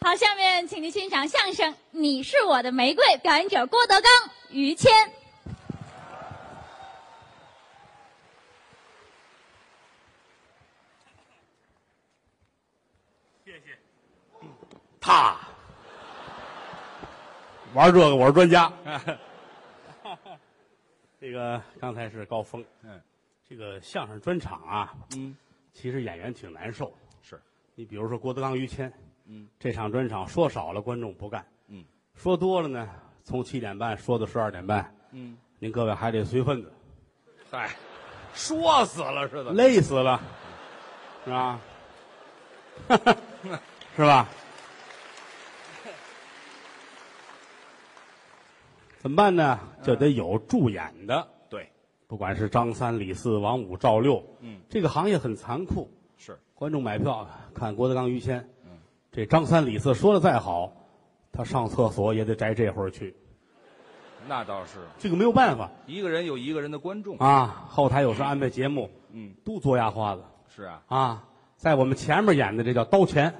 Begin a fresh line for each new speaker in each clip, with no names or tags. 好，下面请您欣赏相声《你是我的玫瑰》，表演者郭德纲、于谦。
谢谢。
他玩这个我是专家。 这个刚才是高峰，
嗯
这个相声专场啊，
嗯，
其实演员挺难受。
是，
你比如说郭德纲、于谦，
嗯，
这场专场说少了观众不干，
嗯，
说多了呢，从七点半说到十二点半，
嗯，
您各位还得随份子，
嗨，哎说死了似的。
累死了，是吧？ 是吧？怎么办呢？就得有助演的，
对，
不管是张三、李四、王五、赵六，
嗯，
这个行业很残酷，
是
观众买票看郭德纲、于谦，
嗯，
这张三、李四说的再好，他上厕所也得摘这会儿去，
那倒是，
这个没有办法
一个人有一个人的观众。
啊。后台有时安排节目，
嗯，
都做牙花子
是啊。
啊，在我们前面演的这叫刀前，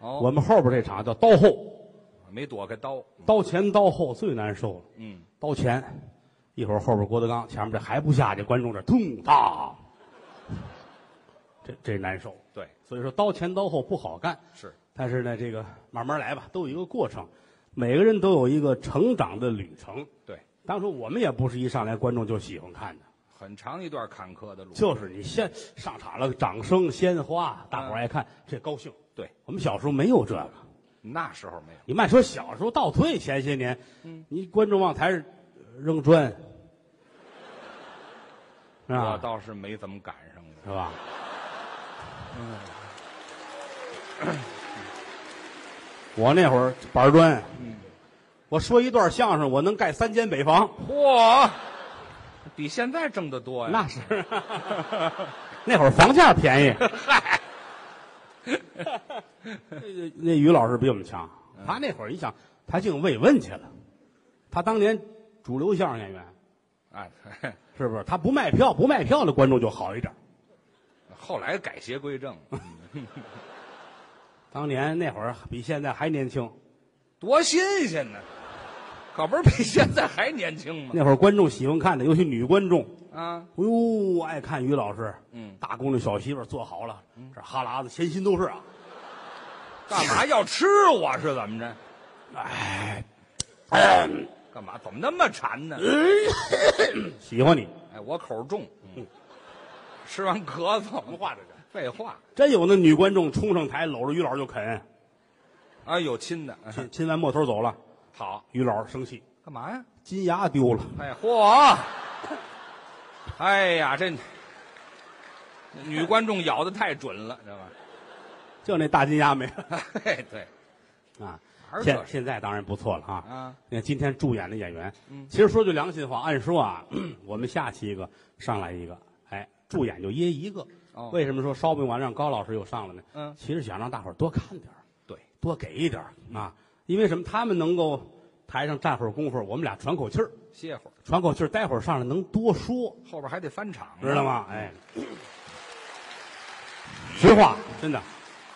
哦，
我们后边这场叫刀后，
没躲开刀。
刀前刀后最难受了。
嗯，
刀前，一会儿后边郭德纲，前面这还不下去，观众这咚当，这这难受。
对，
所以说刀前刀后不好干，
是
但是呢，这个慢慢来吧，都有一个过程，每个人都有一个成长的旅程。
对，
当初我们也不是一上来观众就喜欢看的，
很长一段坎坷的路。
就是你先上场了，掌声、鲜花，大伙儿爱看，这高兴。
对，
我们小时候没有这个，
那时候没有。
你慢说，小时候倒退前些年，你观众往台上扔砖， 是
我
吧？
倒是没怎么赶上过。
是吧？嗯我那会儿板砖，我说一段相声，我能盖三间北房，
嚯，比现在挣得多呀！
那是。 那会儿房价便宜。
嗨，
那那于老师比我们强，他那会儿一想，他净慰问去了。他当年主流相声演员，
哎，
是不是？他不卖票，不卖票的观众就好一点。
后来改邪归正，
当年那会儿比现在还年轻，
多新鲜呢！可不是比现在还年轻吗？
那会儿观众喜欢看的，尤其女观众，
啊，
哎呦，爱看于老师。
嗯
大姑娘小媳妇儿做好了，这哈喇子前心都是啊。
干嘛要吃我是怎么着？
哎，哎
干嘛？怎么那么馋呢？
喜欢你，
哎，我口重，嗯吃完咳嗽，
什么话这是？
废话
真有那女观众冲上台，搂着于老师就啃，
啊，有亲的，哎
亲亲完摸头走了。
好，
于老师生气，
干嘛呀？
金牙丢了。
哎，嚯！哎呀，这女观众咬的太准了，知道吧？
就那大金牙没了
哎，对，
啊
还！是这
现
样
现在当然不错了啊。
啊，
你看今天助演的演员，
嗯
其实说句良心话，按说啊， 我们下期一个上来一个，哎，助演就噎一个。
哦
为什么说烧饼完让高老师又上了呢？
嗯
其实想让大伙儿多看点儿
对，
多给一点儿啊，因为什么？他们能够台上站会儿功夫，我们俩喘口气儿，
歇会儿，
喘口气儿，待会儿上来能多说，
后边还得翻场，
知道？吗？哎，实话，真的，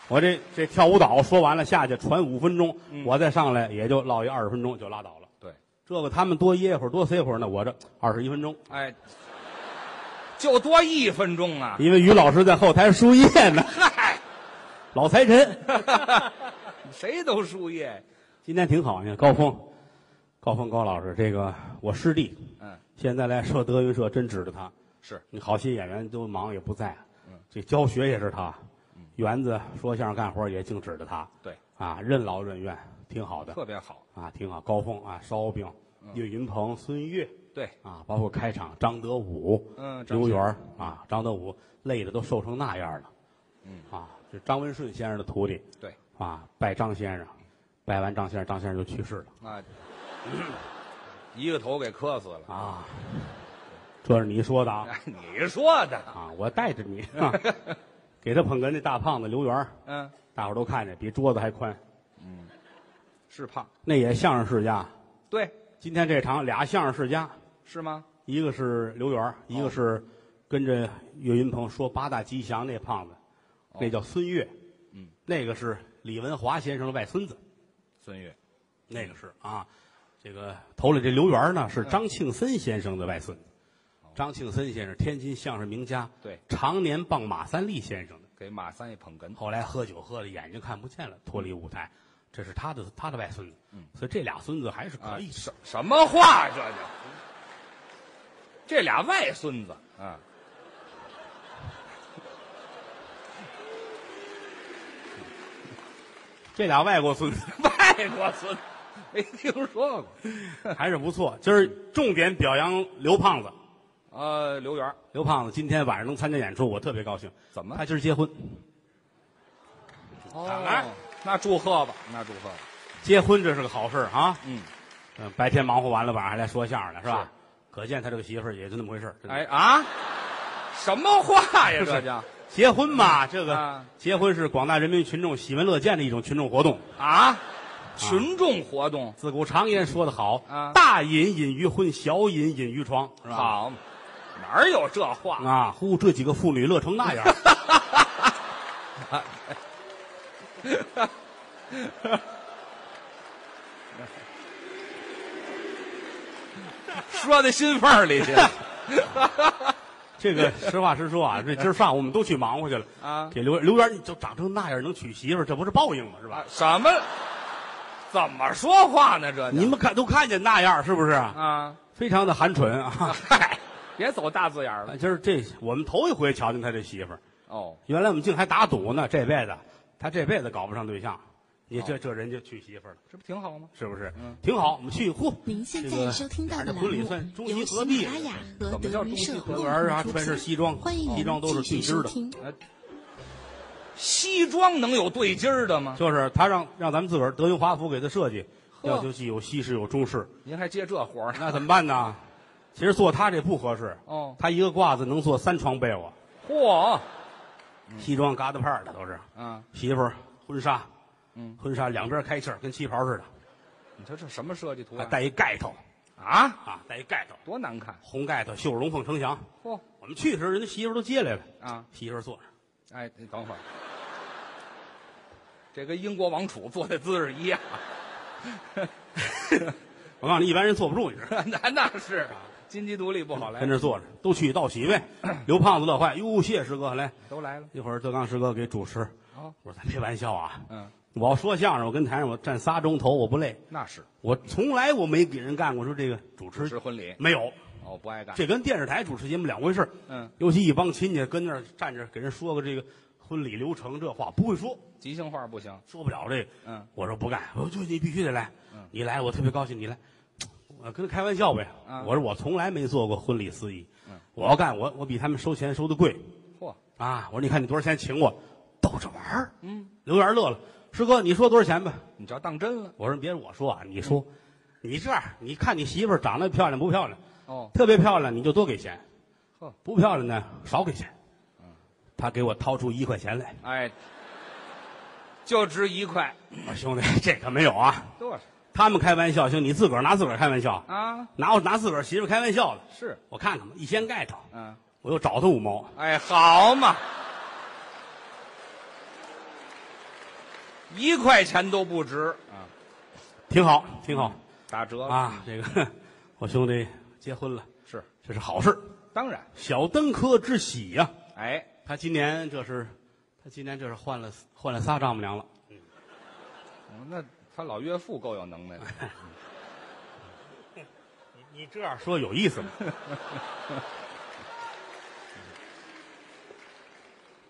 我这这跳舞蹈说完了下去传五分钟，
嗯
我再上来也就落一二十分钟就拉倒了。
对，
这个他们多噎会儿，多塞会儿呢，我这二十一分钟，
哎，就多一分钟啊！
因为于老师在后台输液呢，
嗨，
老财神。
谁都输液，
今天挺好，你看高峰，高峰高老师，这个我师弟，
嗯，
现在来说德云社真指着他。
是
你好些演员都忙也不在，
嗯
这教学也是他，园子说相声干活也净指着他，
对，
啊，任劳任怨，挺好的
特别好，
啊，挺好。高峰啊，烧饼，
嗯
岳云鹏、孙越
对，
啊，包括开场张德武、
嗯，张
刘
先
源啊，张德武累的都瘦成那样了，
嗯
啊，这张文顺先生的徒弟
对
啊，拜张先生，拜完张先生，张先生就去世了
啊，一个头给磕死了，
啊，这是你说的啊
嗯哎， 你说的，
啊，我带着你，啊、给他捧哏那大胖子刘源。
嗯，
大伙儿都看见，比桌子还宽。
是胖，
那也相声世家。
对，
今天这场俩相声世家，
是吗？
一个是刘源儿，一个是跟着岳云鹏说八大吉祥那胖子，那叫孙越。
嗯，
那个是李文华先生的外孙子，
孙越，
那个是啊，这个头里这刘源呢是张庆森先生的外孙子，张庆森先生天津相声名家，
对
常年傍马三立先生的，
给马三爷捧哏。
后来喝酒喝的眼睛看不见了，脱
嗯
离舞台，这是他的他的外孙子，所以这俩孙子还是可以的。
什啊什么话这就？这俩外孙子啊，
这俩外国孙 子
外国孙子没听说过。
还是不错。今儿重点表扬刘胖子，
呃，刘源儿
刘胖子今天晚上能参加演出，我特别高兴。
怎么
他今儿结婚，
啊，那祝贺吧，那祝贺吧。
结婚这是个好事儿啊。
嗯，
嗯，白天忙活完了，晚上还来说相声来，是吧？可见他这个媳妇儿也就那么回事儿。真的
哎，啊，什么话呀？这叫
结婚嘛，这个、
啊
结婚是广大人民群众喜闻乐见的一种群众活动。
啊，群众活动
自古常言说得好，
啊
大隐隐于婚，小隐隐于床，是吧？
好嘛，哪儿有这话？
啊，呼，这几个妇女乐成那样，
说到心缝儿 里去了
这个实话实说啊，这今儿上午我们都去忙活去了。
啊
给刘刘源你就长成那样能娶媳妇儿，这不是报应吗？是吧
啊？什么？怎么说话呢？这叫
你们看都看见那样是不是？
啊，
非常的寒蠢啊！
嗨，别走大字眼儿了
今儿这我们头一回瞧见他这媳妇儿，
哦。
原来我们竟还打赌呢，这辈子他这辈子搞不上对象，你这这人就娶媳妇儿了，
这不挺好吗？
是不是？
嗯
挺好，我们去呼。
您现
这个
在收听到
哪
的
儿的
栏
婚礼
目
算中西
由
合
喜
璧
马拉雅和
怎么叫
德云
中西
社
合
刘
共
源儿啊，
同
穿
出
着
品。
西装，
欢迎
西
您
装都是
继
对
续
襟儿
收
的。
听。
西装能有对襟儿的吗？
就是他让让咱们自个儿德云华府给他设计，
呵
要求既有西式有中式，
您还接这活儿呢？
那怎么办呢？其实做他这不合适，
哦，
他一个褂子能做三床被窝，
嚯，嗯
西装疙瘩派儿的都是，
啊，
媳妇儿婚纱，
嗯，
婚纱两边开气儿，跟旗袍似的，
你说这什么设计图
还
案
带一盖头
啊？
啊，带一盖头，
多难看！
红盖头，绣着龙凤呈祥。
嚯
我们去的时候，人家媳妇儿都接来了，
啊！
媳妇儿坐着，
哎，你等会儿，这跟英国王储坐的姿势一样，
我告诉你，一般人坐不住，你知道吗。
那那是啊金鸡独立不好来
跟，这儿坐着，都去到喜位，刘胖子乐坏，哟，谢谢师哥，来
都来了
一会儿德刚师哥给主持，
啊。
我说咱别玩笑啊，
嗯，
我要说相声，我跟台上我站仨钟头，我不累。
那是
我从来我没给人干过说这个主持，
是婚礼
没有，
哦，不爱干。
这跟电视台主持节目两回事儿。
嗯，
尤其一帮亲戚跟那儿站着给人说个这个婚礼流程，这话不会说，
即兴话不行。
说不了这个。
嗯，
我说不干，我说就你必须得来，
嗯
你来我特别高兴，你来，我跟他开玩笑呗。
啊
我说我从来没做过婚礼司仪，
嗯
我要干我我比他们收钱收的贵
嚯，
啊。我说你看你多少钱请我，逗着玩儿。
嗯，
刘源乐了，师哥你说多少钱吧？
你这要当真了
我说别我说啊，你说，
嗯
你这样，你看你媳妇儿长得漂亮不漂亮？
哦。
特别漂亮你就多给钱
呵，嗯
不漂亮呢少给钱。他给我掏出一块钱来，
哎，就值一块
我说兄弟，这可没有啊！
多少
他们开玩笑，兄弟，你自个儿拿自个儿开玩笑，
啊？
拿我拿自个儿媳妇儿开玩笑了。
是，
我看看吧，一掀盖头，
嗯，
我又找他五毛，
哎，好嘛，一块钱都不值啊，
挺好，挺好
打折了
啊！这个 我兄弟结婚了，
是，
这是好事，
当然，
小登科之喜呀、
哎，
他今年这是，他今年这是换了换了仨丈母娘了。
嗯那他老岳父够有能耐的，
你你这样说有意思吗？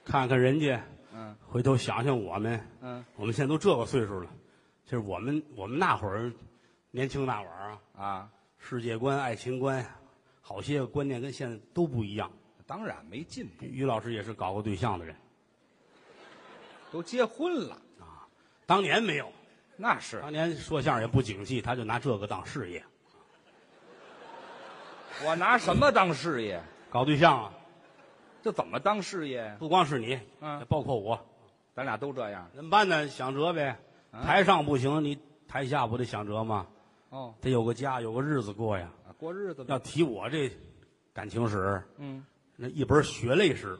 看看人家，
嗯
回头想想我们，
嗯
我们现在都这个岁数了，就是我们我们那会儿年轻那会儿啊，
啊，
世界观、爱情观，好些个观念跟现在都不一样。
当然没进步，
于老师也是搞过对象的人，
都结婚了，
当年没有，
那是
当年说相声也不景气，他就拿这个当事业，
我拿什么当事业？
搞对象啊，
这怎么当事业呀？
不光是你，
嗯
也包括我，
咱俩都这样
怎么办呢？想辙呗。
嗯
台上不行，你台下不得想辙吗？
哦，
得有个家，有个日子过呀。
啊过日子呗
要提我这感情史，
嗯，
那一本血泪史，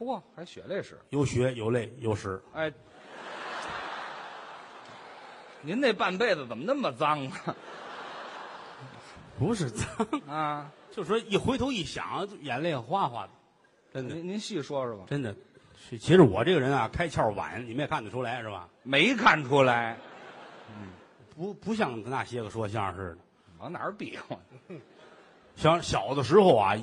嚯，还血泪史，
有血有泪有史。
哎，您那半辈子怎么那么脏啊？
不是脏，
啊，
就说一回头一想，就眼泪哗哗的，真的
您您细说说吧，
真的。是其实我这个人啊，开窍晚，你们也看得出来是吧？
没看出来，
不不像那些个说相声似的。
往哪儿比划呢？
小小的时候啊，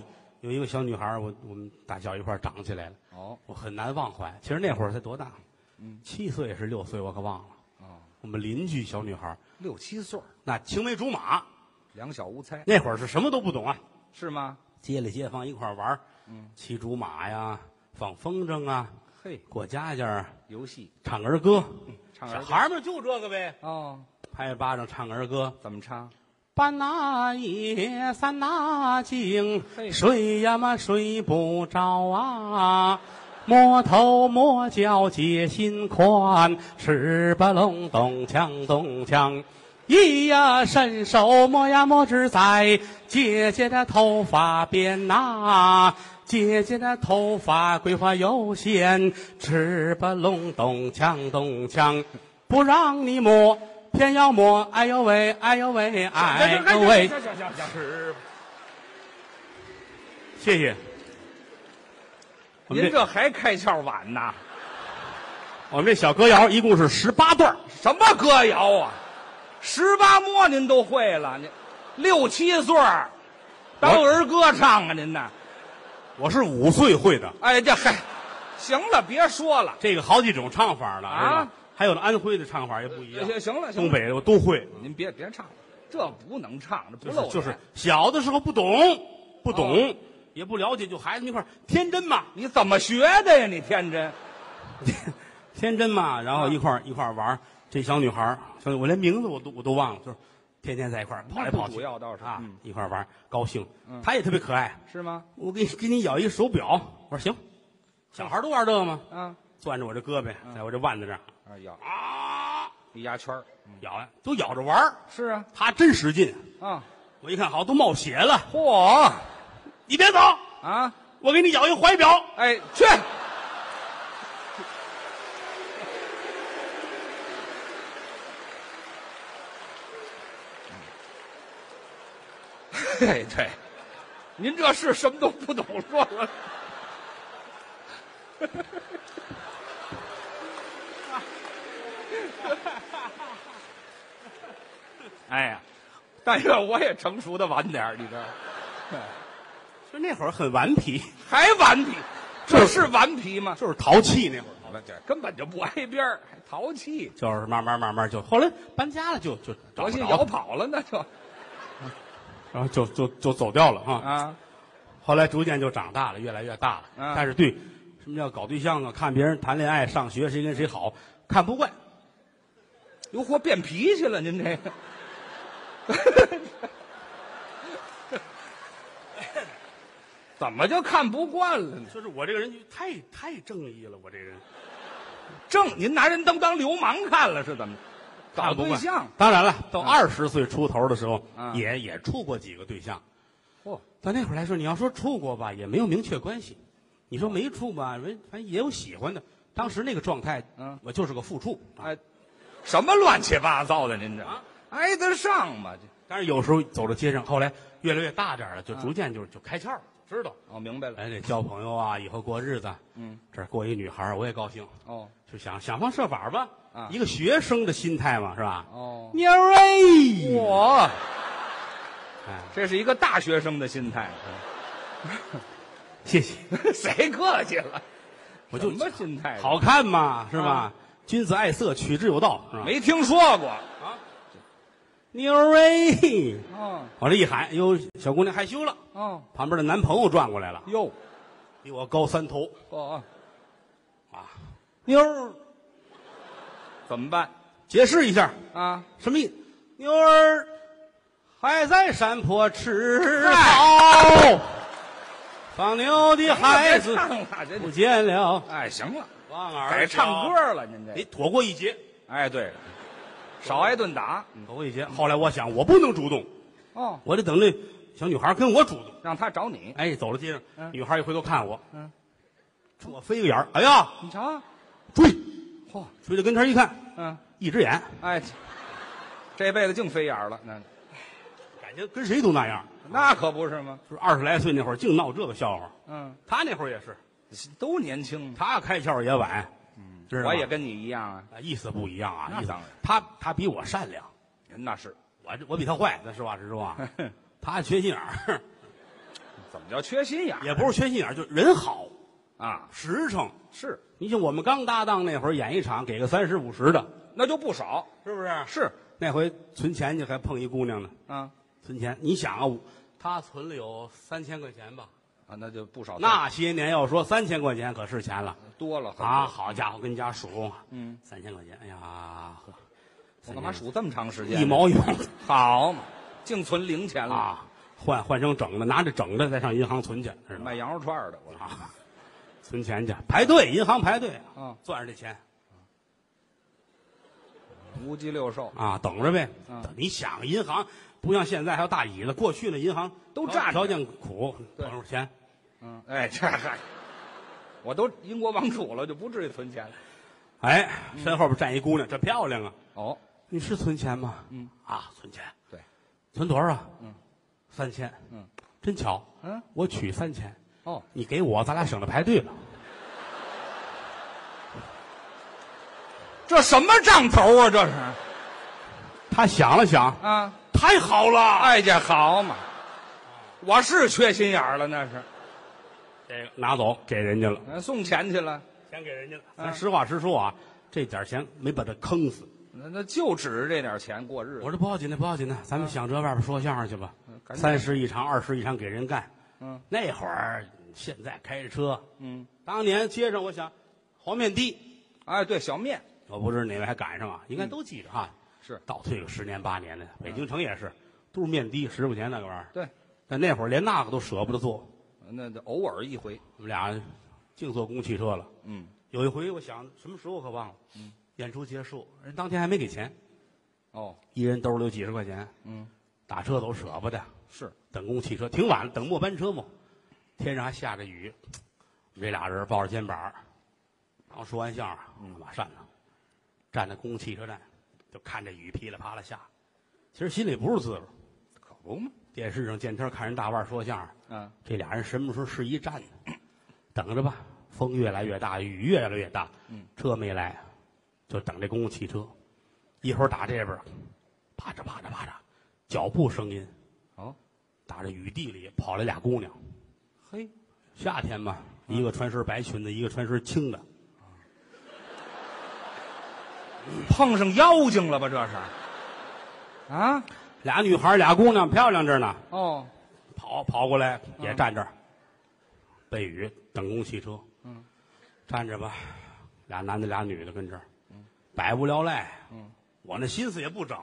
有一个小女孩儿，我我们打小一块儿长起来了，
哦
我很难忘怀。其实那会儿才多大？
嗯
七岁是六岁，我可忘了。
哦，
我们邻居小女孩儿，
六七岁儿，
那青梅竹马，
两小无猜
那会儿是什么都不懂啊，
是吗？
街里街坊一块儿玩儿，
嗯
骑竹马呀，放风筝啊，
嘿，
过家家啊，
游戏
唱儿歌，
唱
小
儿歌
孩儿们就这个呗，
哦，
拍巴掌唱儿歌。
怎么唱？
半那夜，三那井
嘿，
睡呀嘛睡不着啊，摸头摸脚解心宽，吃吧隆咚锵咚锵。一呀伸手摸呀摸指在姐姐的头发边呐、姐姐的头发桂花油线，吃吧隆咚锵咚锵，不让你摸，偏要摸，哎呦喂，哎呦喂，哎呦喂，
行行行行
吃吧。谢谢。我们
您
这
这还开窍晚呐？
我们这小歌谣一共是十八段儿，
什么歌谣啊？十八摸您都会了，您六七岁儿当儿歌唱啊？您呐？
我是五岁会的，
哎，这嗨，行了，别说了，
这个好几种唱法呢
啊哎
是吧还有那安徽的唱法也不一样，
行行了，行
东
了，
北的我都会。
您别别唱了，这不能唱，这不
就
露
是
脸
就是小的时候不懂，不懂、
哦
也不了解，就孩子们一块儿天真嘛，
你怎么学的呀？你天真，
天真嘛，然
啊
后一块儿、一块儿玩儿。这小女孩儿，小女我连名字我都我都忘了，就是天天在一块儿跑来跑
那
去，
不主要倒是
啊，
嗯
一块儿玩儿高兴、
嗯
她也特别可爱。
是吗？
我给你给你咬一个手表，我说行，小孩儿都玩这个吗？
啊
攥着我这胳膊，
嗯
在我这腕子这儿
啊，咬
啊
一压圈儿
咬呀，都咬着玩儿。
是啊
她真使劲，
啊，
我一看好都冒血了，
嚯
你别走，
啊，
我给你咬一怀表。
哎去， 嘿哎对，您这是什么都不懂，说说 哎呀，但愿我也成熟的晚点儿，你这
就那会儿很顽皮，
还顽皮，这是顽皮吗？
就是淘气那会儿，
好了，这根本就不挨边儿，还淘气，
就是慢慢慢慢就后来搬家了就，就找
我
不
心
着
摇
了，
跑了呢，就
然后就就就走掉了啊。
啊，
后来逐渐就长大了，越来越大了。
嗯
但是对什么叫搞对象啊，看别人谈恋爱、上学，谁跟谁好，看不惯。
哟嚯，变脾气了，您这个， 怎么就看不惯了呢？
就是我这个人就太太正义了，我这人
正您拿人当当流氓看了是怎么着？搞
看不
对
惯
象，。
当然了，到二十岁出头的时候，
嗯
也也处过几个对象。
嚯，
到啊那会儿来说，你要说处过吧，也没有明确关系；你说没处吧，人反正也有喜欢的。当时那个状态，
嗯
我就是个副处。啊，
哎，什么乱七八糟的？您这
啊
挨得上吗？这
但是有时候走到街上，后来越来越大点儿了，就逐渐就就开窍了，知道。
哦，明白了，
哎，得交朋友啊，以后过日子，
嗯，
这儿过一女孩儿，我也高兴，
哦
就想想方设法吧
啊，
一个学生的心态嘛，是吧？
哦，
妞儿哎，
我
哎，
这是一个大学生的心态，
谢谢，
谁客气了？
我就
什么心态？
好看嘛，是吧
啊？
君子爱色，取之有道，是吧？
没听说过
啊，妞儿哎，
哦
往这一喊，哟，小姑娘害羞了，
哦
旁边的男朋友转过来了，
哟
比我高三头，
哦，
妞儿
怎么办
解释一下
啊？
什么意思？妞儿还在山坡吃草，放牛的孩子
唱了，这
不见了，
哎行了，
望
改
儿
唱
小，
歌了，您
得
这
躲过一劫，
哎对，少挨顿打
躲过一劫。后来我想，我不能主动，
哦，
我得等那小女孩跟我主动。
让他找你，
哎，走了街上，
嗯
女孩一回头看我，
嗯
冲我飞个眼儿，哎呀，
你瞧，
追，
嚯，
追到跟前一看，
嗯，
一只眼，
哎，这辈子净飞眼儿了，那
感觉跟谁都那样。
那可不是吗？
就是二十来岁那会儿，净闹这个笑话。
嗯，
他那会儿也是，
都年轻嘛，
他开窍也晚，知道吗
嗯我也跟你一样啊，
啊意思不一样啊，
那
意思
当然
他他比我善良，
那是，
我我比他坏，咱实话实说啊。他缺心眼儿，
怎么叫缺心眼儿
也不是缺心眼儿，就人好
啊？
实诚。
是，
你像我们刚搭档那会儿，演一场给个三十五十的，
那就不少，
是不是？
是
那回存钱去，还碰一姑娘呢，
啊
存钱。你想啊，我他存了有三千块钱吧？
啊，那就不少，
那些年要说三千块钱可是钱了
多了很多
啊！，好家伙，跟家数，
哦
啊
嗯，
三千块钱，哎呀，呵
我干嘛数这么长时间？
一毛一毛的
好嘛，净存零钱了，
啊，换换成整的，拿着整的再上银行存去，知道吗
卖羊肉串儿的我
啊，存钱去，排队，银行排队
嗯
攥着这钱
无鸡六兽，
啊，等着呗
嗯。
你想，银行不像现在还有大椅子，过去那银行
都站着
条件苦，
哦对
多少钱？
嗯，哎，这嗨，我都英国王储了，就不至于存钱了。
哎，身后边站一姑娘，这漂亮啊！
哦，
你是存钱吗？
嗯，
啊，存钱。
对，
存多少？啊
嗯，
三千。
嗯，
真巧，
嗯，
我取三千，
哦，
你给我，咱俩省得排队了。
这什么账头啊？这是
他想了想，
啊，
太好了，
哎呀，好嘛，我是缺心眼儿了，那是，
这个拿走给人家了，
呃送钱去了，
钱给人家了。
嗯
咱实话实说啊，这点钱没把他坑死。
那那就指着这点钱过日子。
我说不要紧的，不要紧的，咱们想着外边说相声去吧
嗯。赶紧
三十一场，二十一场给人干。
嗯
那会儿，现在开着车，
嗯，
当年街上我想，黄面的，
哎，对，小面
我不知道哪位还赶上啊，应该都记着哈。
嗯是嗯
倒退个十年八年的，北京城也是，都是面的，十块钱那个玩意儿。
对，
但那会儿连那个都舍不得坐，
那那偶尔一回，
我们俩净坐公汽车了。
嗯，
有一回，我想什么时候可忘了，演出结束，人当天还没给钱，
哦，
一人兜里有几十块钱，
嗯，
打车走舍不得，
是，
等公汽车，挺晚了，等末班车嘛，天上还下着雨，我们这俩人抱着肩膀儿，然后说完相声，马上呢，站在公汽车站，就看这雨噼里啪啦下，其实心里不是滋味儿。
可不嘛，
电视上见天儿看人大腕儿说相声，
嗯，
这俩人什么时候是一站呢？等着吧，风越来越大，雨越来越大，车没来，就等这公共汽车。一会儿打这边儿，啪嚓啪嚓啪嚓，脚步声音，
哦，
打这雨地里跑来俩姑娘，
嘿，
夏天嘛，一个穿身白裙子，一个穿身青的，
碰上妖精了吧？这是，啊，
俩女孩儿俩姑娘漂亮着呢，
哦，
跑跑过来也站这儿，背雨等公汽车。嗯，站着吧，俩男的俩女的跟这儿，百无聊赖。嗯，我那心思也不整，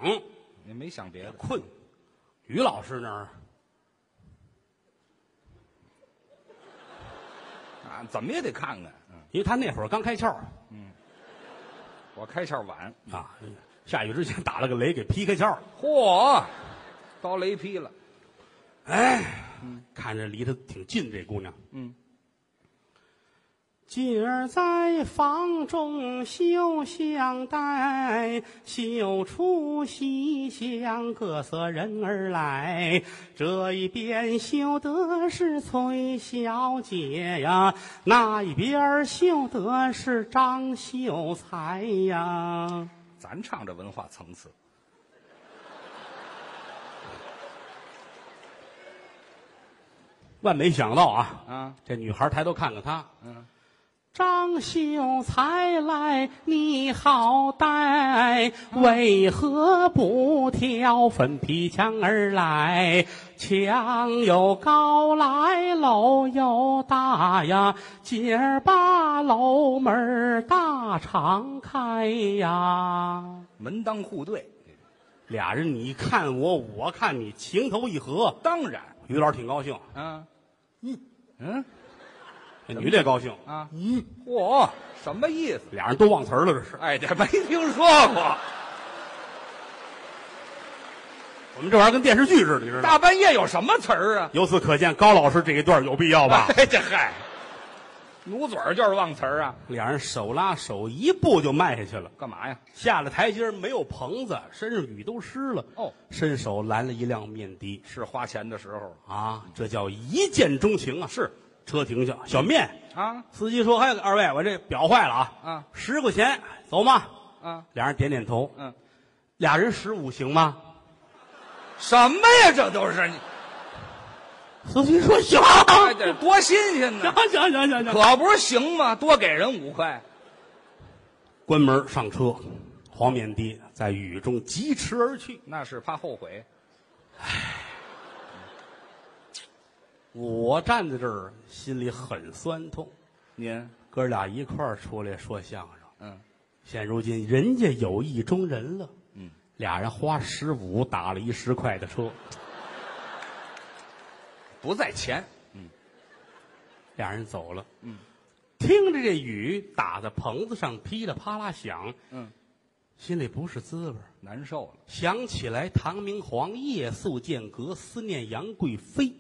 你没想别
也
的，
困。于老师那儿
啊，怎么也得看看。嗯，
因为他那会儿刚开窍
我开窍晚，
啊，下雨之前打了个雷给劈开窍了。
嚯，遭雷劈了。
看着离他挺近这姑娘，
嗯，
今儿在房中绣香袋，绣出西厢各色人儿来。这一边绣的是崔小姐呀，那一边绣的是张秀才呀。
咱唱这文化层次，
万没想到啊，
啊，
这女孩抬头看看他，
嗯，
张秀才来，你好歹，为何不挑粉皮墙而来？墙有高来，楼有大呀，今儿把楼门儿大敞开呀。
门当户对，
俩人你看我，我看你，情投意合。
当然，
于老师挺高兴，
啊，嗯
这女的也高兴，
嗯啊，嗯，嚯，什么意思？
俩人都忘词儿了，这是。
哎，这没听说过，
我们这玩意儿跟电视剧似的，你知道吗？
大半夜有什么词儿啊？
哎由此可见，高老师这一段有必要吧？
哎，这嗨，努嘴儿就是忘词儿啊！
俩人手拉手，一步就迈下去了。
干嘛呀？
下了台阶儿没有棚子，身上雨都湿了。
哦，
伸手拦了一辆面的
是花钱的时候了
啊，这叫一见钟情啊！
是
车停下，小面，
啊
司机说：“哎，二位，我这表坏了啊，
啊
十块钱，走吗
啊！”
俩人点点头，
嗯，
俩人十五行吗？
什么呀？这都是你，
司机说：“行，
哎，这多新鲜呢！
行，行，行，行，行。
可不是行吗？多给人五块，”
关门上车，黄面的在雨中疾驰而去。
那是怕后悔。
我站在这儿，心里很酸痛。
您，
哥俩一块儿出来说相声，
嗯，
现如今人家有意中人了，
嗯，
俩人花十五打了一十块的车，
不在钱，
俩人走了，
嗯，
听着这雨打在棚子上噼里啪啦响，
嗯，
心里不是滋味儿
难受了。
想起来唐明皇夜宿剑阁，思念杨贵妃，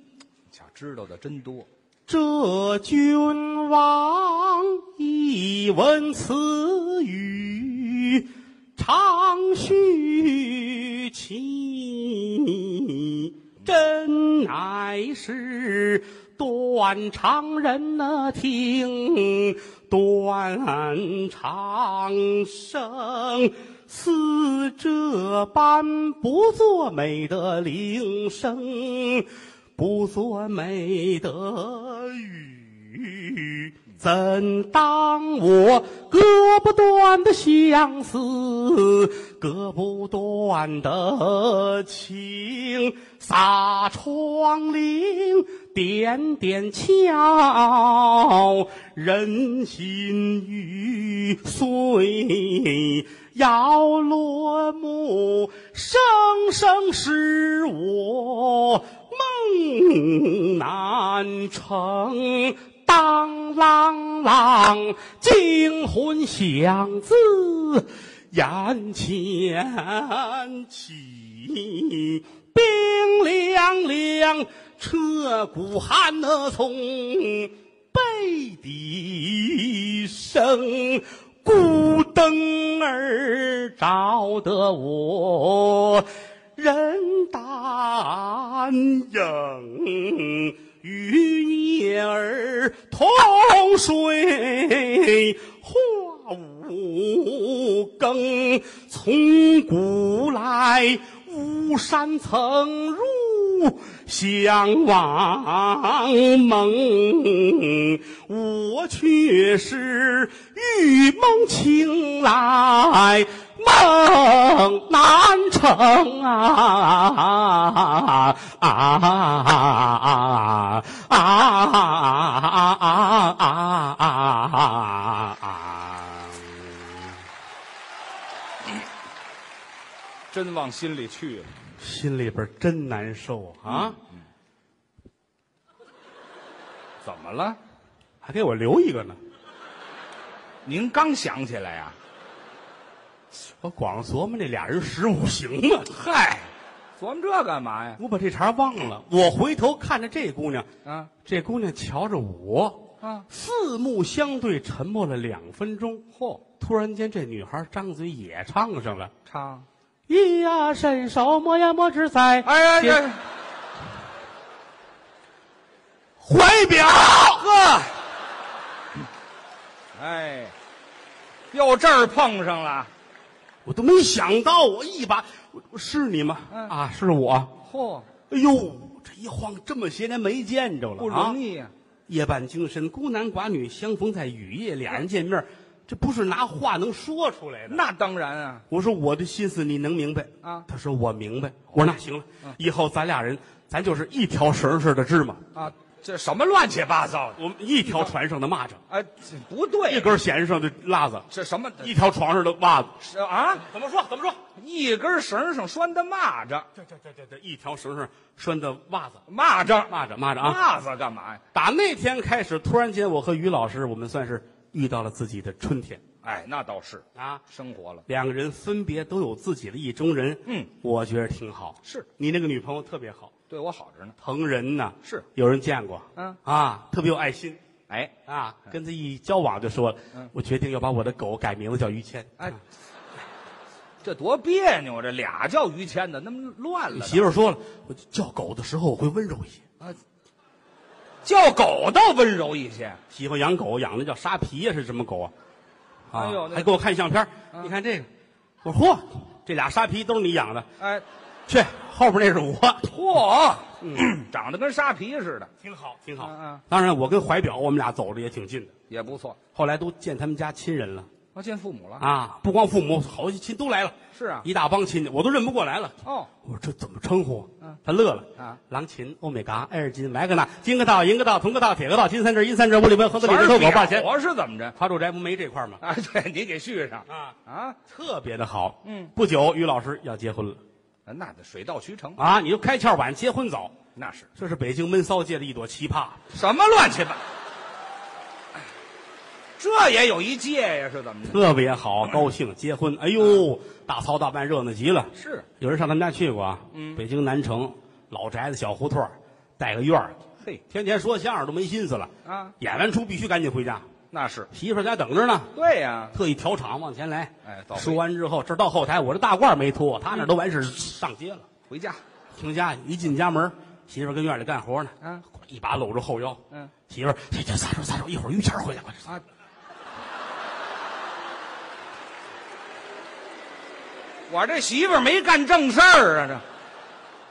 想知道的真多，
这君王一闻此语，长吁其真乃是断肠人呐、听断肠声。似这般不作美的铃声，不作美的雨，怎当我割不断的相思，割不断的情？纱窗棂点点敲，人心欲碎。摇落幕，生生使我梦难成。当啷啷，惊魂响自眼前起。冰凉凉，彻骨寒呐从背底生。孤灯儿照得我人胆影，与夜儿同睡化五更。从古来巫山曾入。相望梦，我却是玉梦情来梦难成啊啊啊啊啊啊啊啊啊啊！
真往心里去了。
心里边真难受啊！
怎么了？
还给我留一个呢，
您刚想起来呀、啊
我光琢磨这俩人十五行吗？
嗨，琢磨这干嘛呀？
我把这茬忘了。我回头看着这姑娘，
啊
这姑娘瞧着我，
啊，
四目相对，沉默了两分钟。嚯！突然间，这女孩张嘴也唱上了
唱。：“
咿呀，伸手摸呀摸，只在
哎呀这
怀表。”
啊呵，哎，又这儿碰上了。
我都没想到，我一把，我我是你吗？
嗯
啊，是我。
嚯，
哎呦，这一晃这么些年没见着了，
不容
啊。
易呀、
夜半精深，孤男寡女相逢在雨夜，俩人见面，这不是拿话能说出来的。
那当然啊，
我说我的心思你能明白
啊嗯
他说我明白。我说那行了，以后咱俩人，咱就是一条绳似的芝麻，
啊，这什么乱七八糟的？
我们一条船上的蚂蚱，
哎，这不对，
一根弦上的辣子，
这什么
一条床上的袜子。
是啊？
怎么说？怎么说？
一根绳上拴的蚂蚱，
这这这这这一条绳上拴的袜子，
蚂蚱，
蚂蚱蚂蚱啊！
蚂蚱干嘛呀？
打那天开始，突然间，我和于老师，我们算是遇到了自己的春天
哎，那倒是
啊。
生活了。
两个人分别都有自己的意中人，
嗯，
我觉得挺好。
是
你那个女朋友特别好，
对我好着呢。
疼人呐。
是
有人见过，
嗯
啊，特别有爱心。
哎
啊，跟他一交往就说了，
嗯
我决定要把我的狗改名字叫于谦。啊
哎，这多别扭！这俩叫于谦的，那么乱了呢。
媳妇儿说了，我叫狗的时候我会温柔一些。
啊，叫狗倒温柔一些。
喜欢养狗，养的叫沙皮呀、是什么狗啊？啊
哎呦那嗯
还给我看相片儿，你看这个，我说嚯，这俩沙皮都是你养的，
哎，
去后边那是我，
嚯，
嗯
长得跟沙皮似的，
挺好，挺好。
嗯嗯
当然，我跟怀表我们俩走着也挺近的，
也不错。
后来都见他们家亲人了
我见父母了。
啊，不光父母，好些亲都来了，
是啊。
一大帮亲戚，我都认不过来了。
哦，
我说这怎么称呼啊？
嗯
他乐了
啊，
狼琴、欧米伽、埃尔金、埋格纳、金个道、银个道、铜个道、铁个道、金三治、银三治、五里奔、横子里
全
边、
是
豆狗、霸钱。
我是怎么着？
他住宅不没这块儿吗？
啊，对你给续上
啊，
啊，
特别的好。
嗯，
不久于老师要结婚了
那得水到渠成，
啊！你就开窍晚，结婚早，
那是
这是北京闷骚界的一朵奇葩。
什么乱七八？这也有一界呀，是怎么着？
特别 好，高兴结婚，哎呦，大操大办，热闹极了。
是，
有人上他们家去过啊？嗯，北京南城老宅子小胡同儿，带个院儿，
嘿，
天天说相声都没心思了
啊！
演完出必须赶紧回家，
那是
媳妇儿在家等着呢。
对呀，
特意调场往前来，
哎到位
说完之后，这儿到后台，我这大褂没脱，他那儿都完事儿上街了。
回家，
停家一进家门，媳妇儿跟院里干活呢，
嗯，
一把搂住后腰，
嗯
媳妇儿，哎这这撒手撒手，一会儿于谦儿回来，快点
啊，我这媳妇儿没干正事儿啊，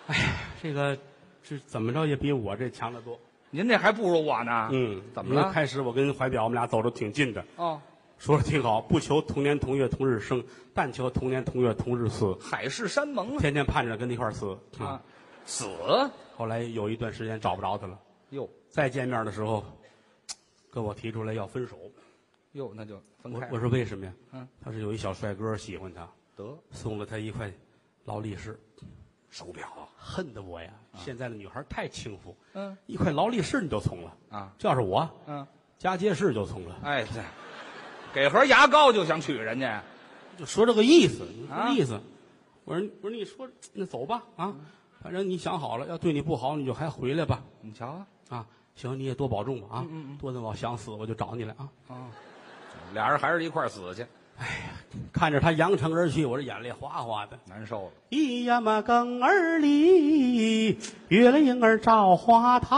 这
哎这个这怎么着也比我这强得多。啊
您这还不如我呢，怎
嗯因
么
为
了？
开始我跟怀表我们俩走的挺近的，
哦，
说的挺好，不求同年同月同日生，但求同年同月同日死，
海誓山盟啊
天天盼着跟他一块儿死嗯
啊。，死
后来有一段时间找不着他了，
哟
再见面的时候，跟我提出来要分手。
哟，那就分
我
开
我说为什么呀？
嗯，
他是有一小帅哥喜欢他，
得
送了他一块劳力士手表，啊恨得我呀！现在的女孩太轻浮，
嗯
一块劳力士你就从了，
啊
这要是我，
嗯，
佳洁士就从了，
哎对，给盒牙膏就想娶人家，
就说这个意思，
啊
意思。我说我说你说那走吧啊，反正你想好了，要对你不好你就还回来吧
你瞧啊，
啊，行你也多保重吧啊，多那我想死我就找你来啊。
哦，俩人还是一块儿死去，
看着他扬长而去，我这眼泪哗哗的。
难受了。
咿呀嘛更儿里，月了影儿照花台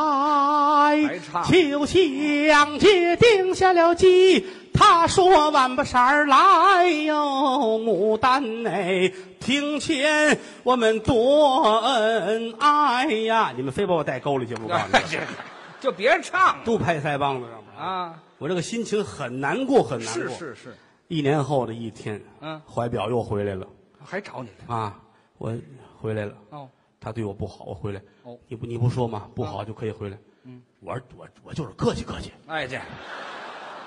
还。唱
秋香街定下了计，他说晚不色儿来哟，牡丹哎，庭前我们多恩爱呀！你们非把我带沟里去，我告 诉你，
就别唱了
都拍腮帮子上面！
哎啊！
我这个心情很难过，很难过。
是是是，
一年后的一天，
嗯
怀表又回来了
还找你来
啊，我回来了。
哦，
他对我不好，我回来。
哦啊
你不你不说吗？不好就可以回来。嗯，我我我就是客气客气，
哎这，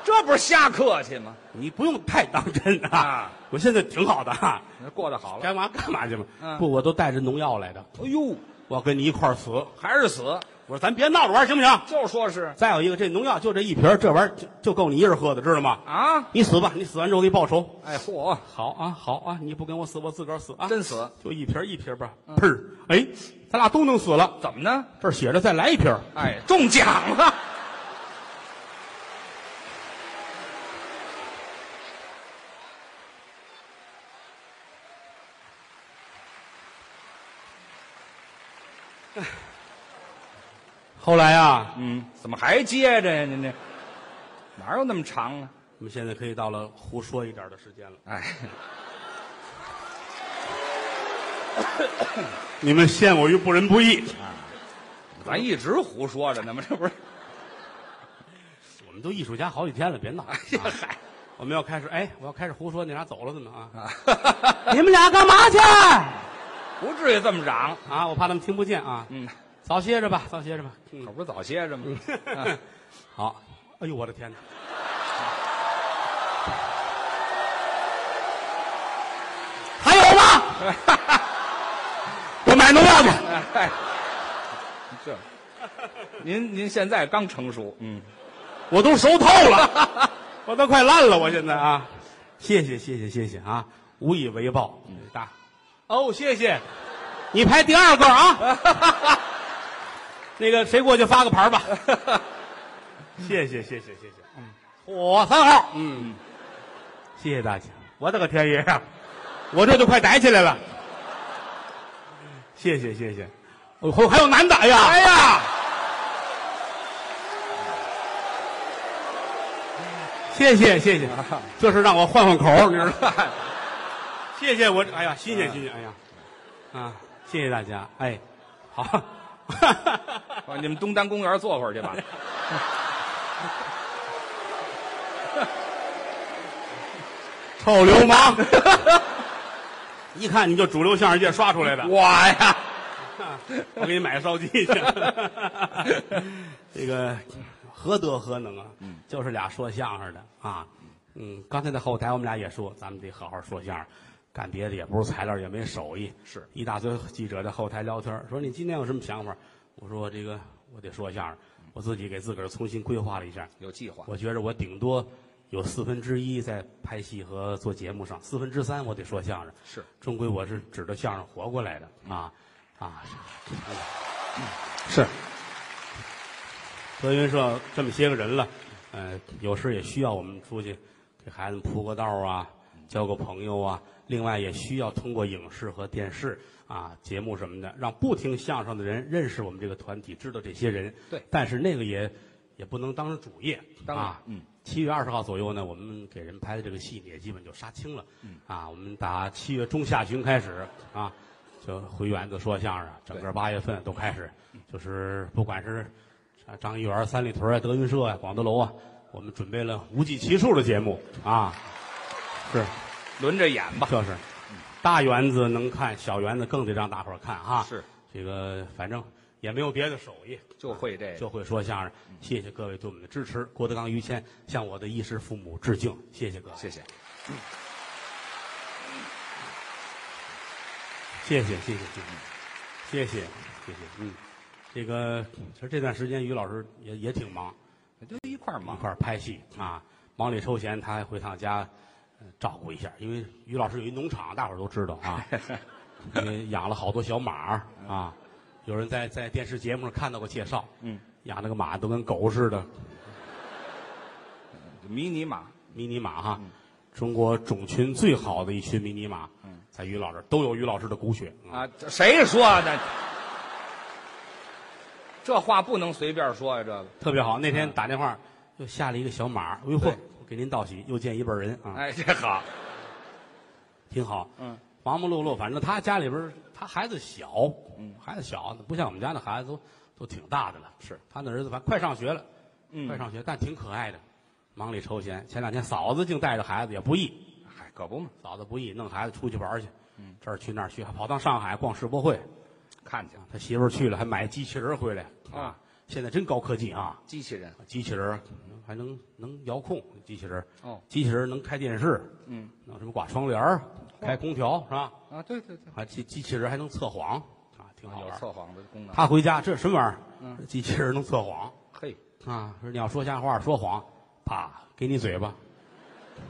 这不是瞎客气吗？
你不用太当真
啊。
我现在挺好的哈，
那过得好了，
该嘛干嘛去嘛。
嗯
不，我都带着农药来的，
哎呦，
我要跟你一块儿死。
还是死，
我说咱别闹着玩儿行不行？
就说是
再有一个，这农药就这一瓶儿，这玩意儿就就够你一人喝的，知道吗？
啊，
你死吧，你死完之后我给你报仇。
哎嚯，
好啊，好啊，你不跟我死，我自个儿死啊。
真死，
就一瓶儿一瓶儿吧，
嗯
砰、哎，咱俩都弄死了。
怎么呢？
这儿写着再来一瓶儿，
哎，中奖了，
后来啊，
嗯，怎么还接着呀？您这哪有那么长啊？
我们现在可以到了胡说一点儿的时间了。
哎，
你们陷我于不仁不义，
咱一直胡说着呢嘛，这不是？
我们都艺术家好几天了，别闹。
哎呀嗨
我们要开始，哎，我要开始胡说，你俩走了怎么啊？
啊，
你们俩干嘛去？
不至于这么嚷，
啊，我怕他们听不见啊。
嗯，
早歇着吧，早歇着吧。
可
嗯，
不是早歇着吗？ 啊
好。哎呦，我的天哪！ 还有吗？ 我买农药去。
哎，这，您您现在刚成熟，嗯，
我都熟透了，我都快烂了，我现在啊！谢谢谢谢谢谢啊，无以为报，嗯大哦，谢谢，你排第二个啊，那个谁过去发个牌吧，谢谢谢谢谢谢，嗯，
火三号，
嗯，
谢谢大家。
我的个天爷啊，我这就快逮起来了，谢谢谢谢，
哦，还有还有男的，哎呀，
哎呀，
谢谢谢 谢，这是让我换换口儿，你知道吗？
谢谢我，哎呀，新鲜新
谢
鲜，
谢，哎呀，啊，谢谢大家，哎， 好，
啊你们东单公园坐会儿去吧。
臭流 氓，一看你就主流相声界刷出来的，
我呀，
我给你买个烧鸡去。这个何德何能啊？就是俩说相声的啊。嗯，刚才在后台我们俩也说，咱们得好好说相声，干别的也不是材料，也没手艺。
是
一大堆记者在后台聊天，说你今天有什么想法？我说这个我得说相声，我自己给自个儿重新规划了一下，
有计划，
我觉着我顶多有四分之一在拍戏和做节目上，四分之三我得说相声。
是
终归我是指着相声活过来的啊啊！
是
德云社这么些个人了，呃，有时也需要我们出去给孩子们铺个道啊，交个朋友啊。另外也需要通过影视和电视啊节目什么的，让不听相声的人认识我们这个团体，知道这些人。
对
但是那个也也不能当成主业
当然
啊。
嗯，
七月二十号左右呢，我们给人拍的这个戏也基本就杀青了。嗯，啊，我们打七月中下旬开始啊，就回园子说相声，啊整个
对嗯
八月份都开始，就是不管是啊张一元、三里屯啊、德云社啊、广德楼啊，我们准备了无计其数的节目啊，是
轮着演吧。嗯
就是大园子能看，小园子更得让大伙儿看啊。
是，
这个反正也没有别的手艺，
就会这个
就会说相声。
嗯
谢谢各位对我们的支持，郭德纲、于谦向我的衣食父母致敬，谢谢各位，
谢谢。
谢谢谢谢谢谢谢谢谢谢谢，嗯，这个其实这段时间于老师也也挺忙，
就一块儿
一
忙，
块儿拍戏啊，忙里抽闲，他还回趟家、呃照顾一下，因为于老师有一农场，大伙儿都知道 啊，因为养了好多小马儿啊，有人在在电视节目上看到过介绍，
嗯，
养那个马都跟狗似的，
迷你马
迷你马哈，
嗯
中国种群最好的一群迷你马，
嗯
在于老师都有于老师的骨血啊，
啊，这谁说的？这话不能随便说呀、这个，
特别好。那天打电话又下了一个小马，哎呦嚯
嗯对，
我给您道喜，又见一辈儿人啊，
哎，这好，
挺好。
嗯，
忙忙碌碌，反正他家里边儿他孩子小，
嗯
孩子小，不像我们家那孩子都都挺大的了。
是
他那儿子，反正快上学了，快
嗯，
上学，但挺可爱的，忙里抽闲。前两天嫂子竟带着孩子，也不易，
嗨，可不嘛，
嫂子不易，弄孩子出去玩儿去，
嗯
这儿去那儿去，还跑趟上海逛世博会。
看见了，
他媳妇儿去了，还买机器人儿回来
啊！
现在真高科技啊，
机器人
机器人儿还能能遥控，机器人儿
哦，
机器人儿能开电视，
嗯，
弄什么挂窗帘儿开空调是吧？
啊，对对对，
还机机器人儿还能测谎啊，挺好
有
玩儿。
测嗯谎的功能，
他回家这什么玩意儿？机器人儿能测谎
嘿，
啊！说你要说瞎话说谎，啪给你嘴巴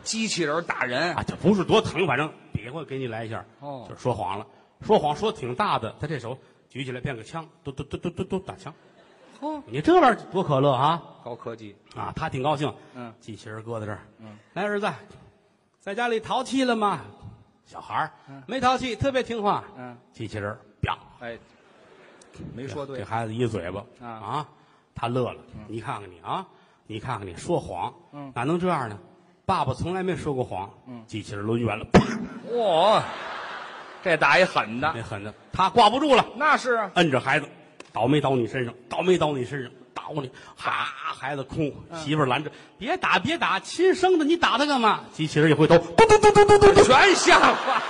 机器人打人
啊，，这不是多疼，反正比划给你来一下，
哦
就是说谎了，说谎说挺大的，他这手举起来变个枪，嘟嘟嘟嘟嘟嘟打枪。
嚯，
你这玩意儿多可乐啊！
高科技，
啊，他挺高兴。
嗯，
机器人搁在这儿。嗯，来，儿子，在家里淘气了吗？小孩儿、没淘气，特别听话。
嗯，
机器人儿啪，
哎，没说
给
对，
孩子一嘴巴。
啊
他乐了。你看看你啊，你看看你说谎，嗯，哪能这样呢？爸爸从来没说过谎。嗯，机器人抡圆了，啪，
哇、这打一狠的，
那狠的，他挂不住了，
那是啊，
摁着孩子，倒霉倒你身上，倒霉倒你身上，倒你，哈！孩子哭，媳妇儿拦着，别打别打，亲生的，你打他干嘛？机器人一回头，嘟嘟嘟嘟嘟嘟嘟，
全像话，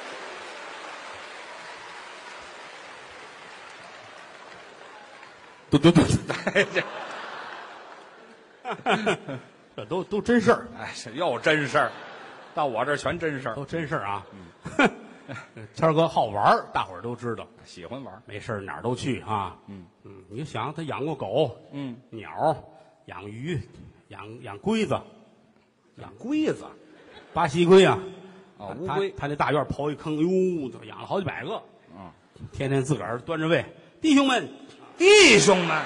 嘟嘟嘟，
哎，这
这都都真事儿，
哎这又真事儿，到我这儿全真事儿，
都真事儿啊。 谦儿哥好玩儿，大伙儿都知道，
喜欢玩儿，
没事儿哪儿都去啊。嗯嗯，你就想他养过狗，
嗯，
鸟儿，养鱼，养养龟子，养龟子，巴西龟啊，
嗯哦
他
乌龟
他他那大院刨一坑，哟，养了好几百个，
嗯，
天天自个儿端着喂，弟兄们，
弟兄们，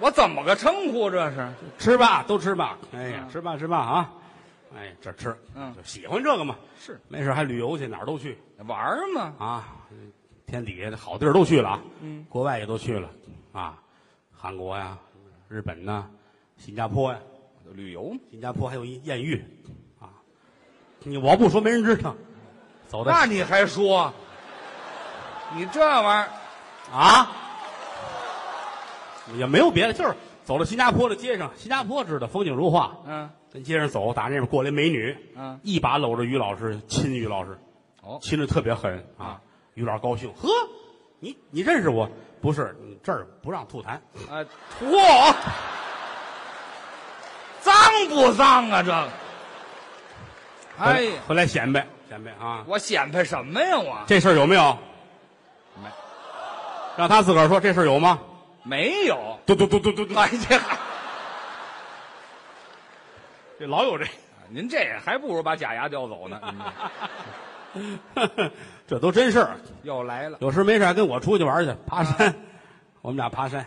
我怎么个称呼这是？
吃吧，都吃吧。哎呀
嗯，
吃吧，吃吧啊！哎，这吃，
嗯
就喜欢这个嘛。
是
没事还旅游去，哪儿都去
玩儿嘛？
啊。天底下的好地儿都去了啊，
嗯，
国外也都去了啊，韩国呀、日本呐、新加坡呀、
旅游嘛
新加坡还有一艳遇啊。你我要不说没人知道，走的
那你还说？你这玩意儿
啊，也没有别的，就是走到新加坡的街上，新加坡知道风景如画，，
嗯
跟街上走，打那边过来美女，
嗯，
一把搂着于老师亲于老师，
哦
亲的特别狠啊。于老师高兴，呵，你你认识我？不是，你这儿不让吐痰。
啊，嚯，脏不脏啊？这个，哎呀，
回来显摆显摆啊！
我显摆什么呀？我
这事儿有没有？
没，
让他自个儿说这事儿有吗？
没有。
嘟嘟嘟嘟嘟嘟，
哎呀，
这老有这，
您这还不如把假牙叼走呢。
这都真事儿。
又来了，
有时没事还跟我出去玩去，爬山。
嗯
我们俩爬山，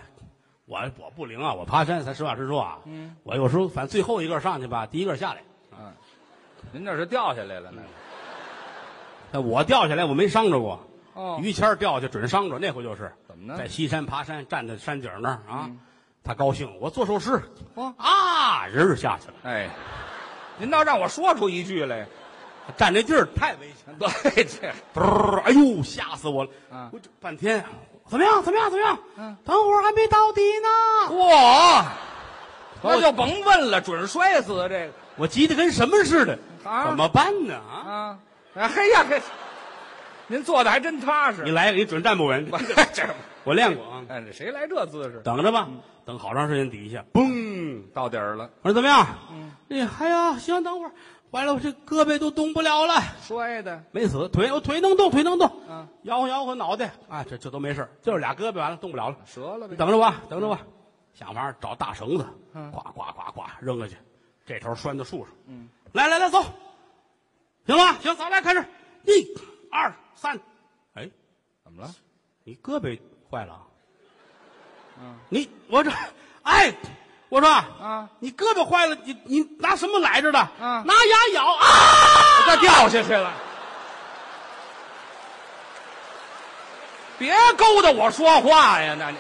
我我不灵啊，我爬山，咱实话实说啊。
嗯，
我有时候反正最后一个上去吧，第一个下来。
嗯，您这是掉下来了呢。
那我掉下来，我没伤着过。
哦
于谦儿掉下准伤着，那回就是
怎么呢嗯
在西山爬山，站在山顶那儿啊，他高兴，我做首诗，
哦
啊，人儿下去了，
哎，您倒让我说出一句来。
站这地儿太危险，
对，这
嘟儿，哎呦，吓死我了！
嗯
我这半天，怎么样？怎么样？怎么样？
嗯，
等会儿还没到底呢。
嚯，那就甭问了，准摔死啊这个
我急得跟什么似的，
啊
怎么办呢？啊，
啊！哎嘿呀嘿，您坐的还真踏实
你。来了，你准站不稳。
我这，
我练过啊，
哎，谁来这姿势？嗯
等着吧，等好长时间底下，嘣，
到底儿了，
我说怎么样？嗯，哎呀，行，等会儿，完了，我这胳膊都动不了了，
摔的，
没死，腿我腿能动，腿能动，
嗯，
摇晃摇晃脑袋，啊，这这都没事儿，就是俩胳膊完了动不了了，
折了
你
呗。
等着我，等着我，想法儿找大绳子，
嗯
呱呱呱呱扔下去，这头拴到树上，嗯，来来来，走，行了，行，咱俩开始，一、二、三，哎，
怎么了？
你胳膊坏了啊？
嗯，
你我这，哎，我说
啊，
你胳膊坏了，你你拿什么来着的？
嗯
拿牙咬啊！
他掉下去了。别勾搭我说话呀！那你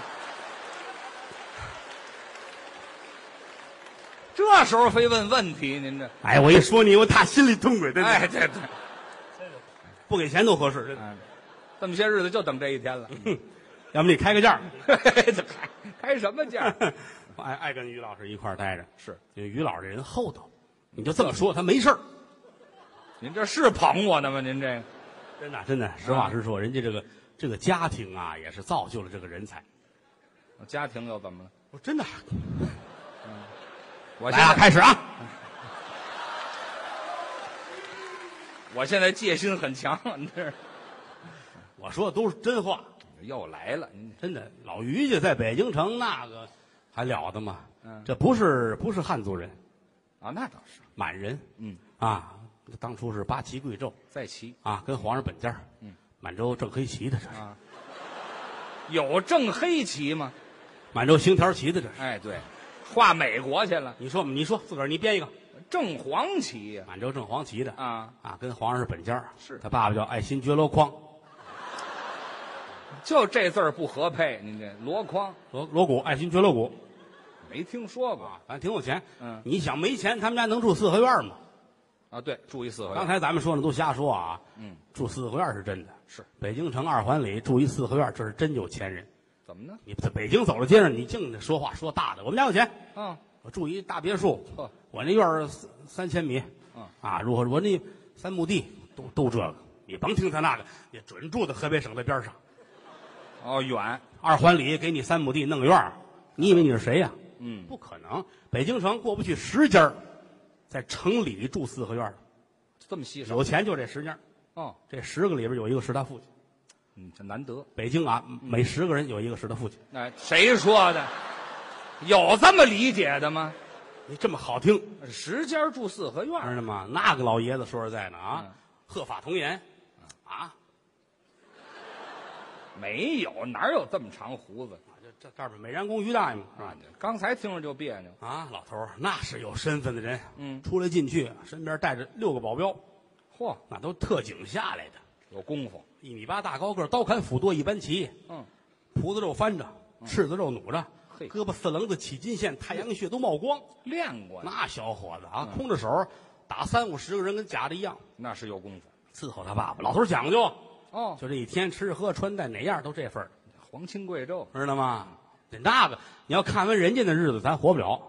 这时候非问问题，您这
哎，我一说你，我打心里痛快，真的，
哎，对对，
不给钱都合适，真的。
哎，这么些日子就等这一天了。
要不你开个价儿，
这开开什么价？
我 爱爱跟于老师一块儿待着，
是
因为于老师这人厚道，你就这么说他没事儿，
您这是捧我呢吗？您这个
真的真的，实话实说，人家这个这个家庭啊，也是造就了这个人才。
我家庭又怎么了？
我哦真的，啊
我
来
现在、
啊，开始啊！
我现在戒心很强，您这是
我说的都是真话，
又来了，您
真的，老于家在北京城那个还了得吗？
嗯
这不是不是汉族人，
啊，那倒是，
满人
嗯，
啊，当初是八旗贵胄
在骑
啊，跟皇上本家，
嗯，
满洲正黑旗的这是，
啊，有正黑骑吗？
满洲星条旗的这是。
哎，对，画美国去了，
你说，你说自个儿你编一个
正黄旗呀、
满洲正黄旗的
啊，
啊，跟皇上是本家，
是
他爸爸叫爱新觉罗匡
就这字儿不合配，您这箩筐
罗罗古，爱新觉罗古
没听说过
啊，反正挺有钱。
嗯
你想没钱，他们家能住四合院吗？
啊？对，注意四合
刚
院，
才咱们说的都瞎说啊，
嗯，
住四合院是真的，
是
北京城二环里住一四合院，这是真有钱人。
怎么呢？
你在北京走到街上，你净得说话说大的。我们家有钱，
啊，
我住一大别墅
呵，
我那院儿三三千米
嗯，
啊，如何我那三亩地都都这个，你甭听他那个，也准住在河北省的边上，
哦，远，
二环里给你三亩地弄个院儿，你以为你是谁呀、
嗯，
不可能，北京城过不去十家儿在城里住四合院儿的，
这么稀少
有钱就这十家儿，
哦，
这十个里边有一个是他父亲。
嗯，这难得。
北京啊，
嗯
每十个人有一个是他父亲。
哎，谁说的？有这么理解的吗？
你这么好听，
十家住四合院
知
儿，
道吗？那个老爷子说实在的啊
嗯，
鹤发童颜，啊，
没有，哪有这么长胡子？
啊这这这儿边美髯公于大爷嘛，是吧？
刚才听着就别扭。
啊，老头儿那是有身份的人，啊
嗯
出来进去，身边带着六个保镖，
嚯，
那都特警下来的，
有功夫。
一米八大高个儿，刀砍斧剁一般齐，
嗯，
葡子肉翻着，柿子肉努着，
嘿
胳膊四棱子起筋线，太阳穴都冒光，
练过呀，
那小伙子
嗯
啊，空着手儿打三五十个人跟假的一样，
那是有功夫。
伺候他爸爸。老头儿讲究，
哦，
就这一天吃喝穿戴哪样都这份儿，
皇亲贵胄，
知道吗？得那个，你要看完人家的日子，咱活不了。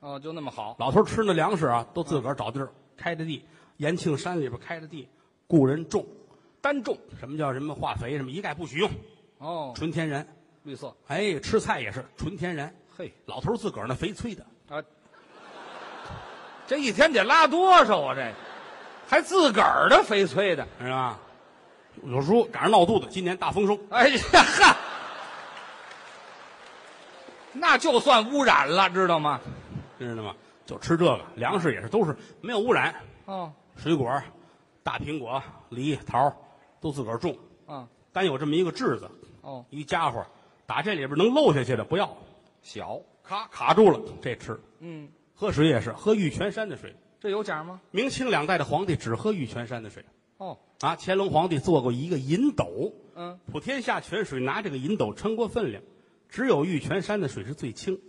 哦，就那么好。
老头儿吃那粮食啊，都自个儿找地儿开的地，延庆山里边开的地，雇人种，
单种
什么叫什么化肥什么一概不许用，
哦，
纯天然。
绿色，
哎，吃菜也是纯天然。
嘿
老头儿自个儿那肥催的，
啊， 这一天得拉多少啊？这还自个儿的翡翠的，
知道吗？有时候赶上闹肚子，今年大丰收，
哎呀哈，那就算污染了，知道吗？
知道吗？就吃这个，粮食也是都是没有污染，
哦，
水果儿、大苹果、梨、桃儿都自个儿种。
啊，
单有这么一个质子，
哦，
一家伙儿打这里边能漏下去的不要，
小，
咔卡住了，这吃。
嗯，
喝水也是喝玉泉山的水。
这有假吗？
明清两代的皇帝只喝玉泉山的水
哦，
啊。乾隆皇帝做过一个银斗，
嗯，
普天下泉水拿这个银斗称过分量，只有玉泉山的水是最清，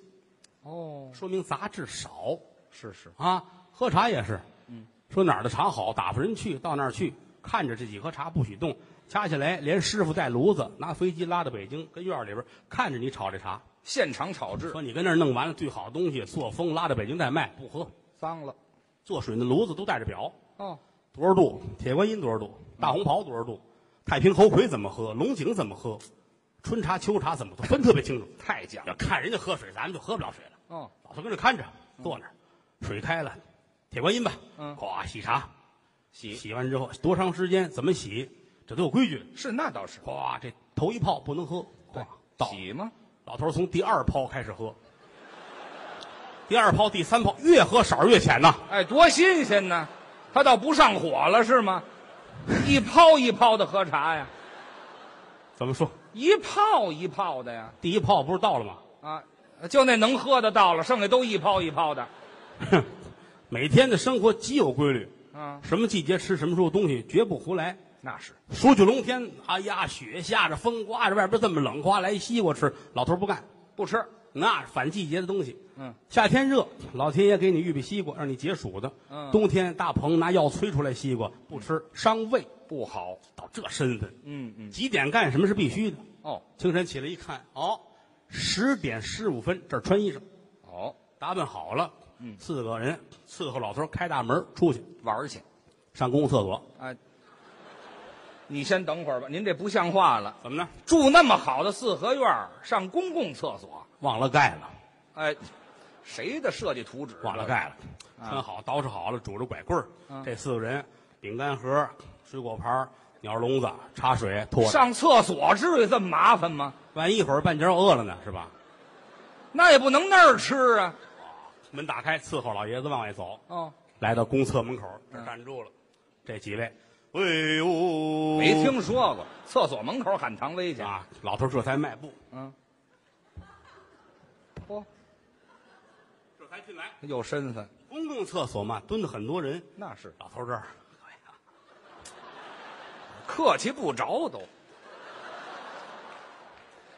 哦，
说明杂质少
是是，
啊。喝茶也是，嗯，说哪儿的茶好，打发人去到那儿去，看着这几颗茶不许动，掐起来连师傅带炉子拿飞机拉到北京，跟院儿里边看着你炒这茶，
现场炒制，
说你跟那儿弄完了最好的东西塑封拉到北京再卖，不喝。
脏了。
做水的炉子都带着表，
哦，
多少度？铁观音多少度？大红袍多少度？太平猴魁怎么喝？龙井怎么喝？春茶秋茶怎么喝？分特别清楚。
太假了。
要看人家喝水，咱们就喝不了水了。
哦，
老头跟着看着，坐那儿，水开了，铁观音吧，
嗯
咵洗茶，
洗
洗完之后多长时间？怎么洗？这都有规矩。
是那倒是，
咵，这头一泡不能喝，咵倒。
洗吗？
老头从第二泡开始喝，第二泡、第三泡越喝色儿越浅呐。
哎，多新鲜呢！他倒不上火了是吗？一泡一泡的喝茶呀，
怎么说？
一泡一泡的呀，
第一泡不是到了吗？
啊，就那能喝的到了，剩下都一泡一泡的。
哼，每天的生活极有规律，
啊，
什么季节吃什么时候东西，绝不胡来。
那是
数九龙天，哎呀，雪下着，风刮着，外边这么冷，刮来西瓜吃，老头不干，
不吃。
那反季节的东西。
嗯，
夏天热，老天爷给你预备西瓜，让你解暑的。
嗯
冬天大棚拿药催出来西瓜，不吃伤胃，不好。到这身份，
嗯嗯。
几点干什么是必须的？
哦
清晨起来一看，哦，十点十五分，这儿穿衣裳，
哦，
打扮好了，嗯，四个人伺候老头儿开大门儿出去，
玩儿去
上公共厕所，
啊！你先等会儿吧，您这不像话了。
怎么呢？
住那么好的四合院儿，上公共厕所，
忘了盖了，
哎，谁的设计图纸？啊
忘了盖了，穿好捯饬好了，拄着拐棍儿，
啊
这四个人，饼干盒、水果盘、鸟笼子、茶水、拖着，
上厕所至于这么麻烦吗？
万一一会儿半截儿饿了呢，是吧？
那也不能那儿吃啊。
门打开，伺候老爷子往外走，
哦，
来到公厕门口，这
嗯
儿站住了，这几位，哎呦，
没听说过，厕所门口喊唐薇去。
啊？老头儿这才迈步，
嗯，嚯，
这才进来，
有身份，
公共厕所嘛，蹲着很多人，
那是
老头儿这儿。啊
客气不着都。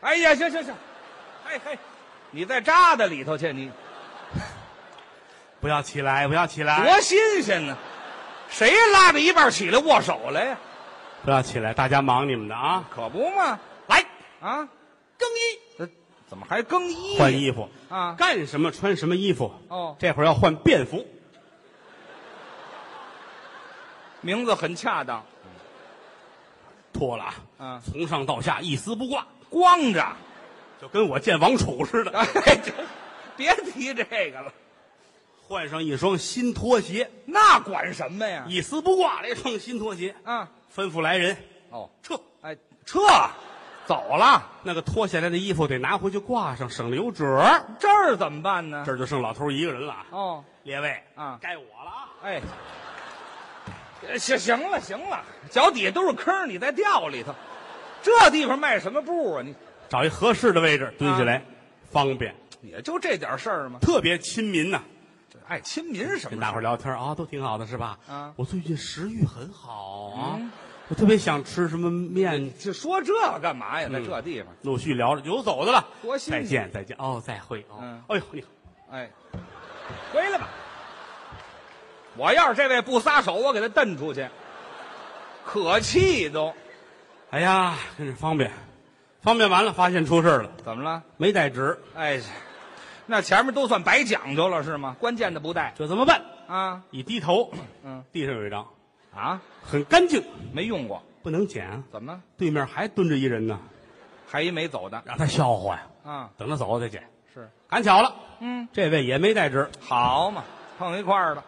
哎呀，行行行，嘿嘿，你再扎到里头去，你
不要起来，不要起来，
多新鲜呢！谁拉着一半起来握手来呀？
不要起来，大家忙你们的啊！
可不嘛，
来
啊，
更衣、
这怎么还更衣？
换衣服
啊
干什么穿什么衣服。
哦
这会儿要换便服，
名字很恰当，
脱了啊！
嗯
从上到下一丝不挂，
光着。
就跟我见王储似的。
哎，这 别提这个了，
换上一双新拖鞋，
那管什么呀？
一丝不挂，来双新拖鞋。
啊，
吩咐来人
哦，
撤，
哎，撤，走了，
那个脱下来的衣服得拿回去挂上，省得有褶儿。
这儿怎么办呢
这？儿就剩老头一个人了啊！
哦，
列位
啊
该我了啊！
哎，呃行行了行了，脚底下都是坑，你再掉里头，这地方迈什么步啊？你
找一合适的位置蹲下来，
啊
方便，
也就这点事儿吗？
特别亲民呐、
这爱亲民是什
跟
么？
大伙儿聊天啊，都挺好的，是吧？
啊嗯
我最近食欲很好啊，我特别想吃什么面。
就说这个干嘛呀？
嗯
在这地方，
陆续聊着，有走的了，
多新
再
鲜
见，再见，哦，再会，哦，
嗯
哎呦，你
哎，回来吧。我要是这位不撒手，我给他蹬出去，可气都。
哎呀，真是方便，方便完了，发现出事儿了，
怎么了？
没带纸，
哎，那前面都算白讲究了是吗？关键的不带
这怎么办？
啊
一低头，
嗯，
地上有一张，
啊，
很干净，
没用过，
不能捡啊。
怎么了
对面还蹲着一人呢，
还一没走的
让他笑话呀。
啊？
等他走再捡，
是，
赶巧了，
嗯，
这位也没带纸，
好嘛，碰一块儿了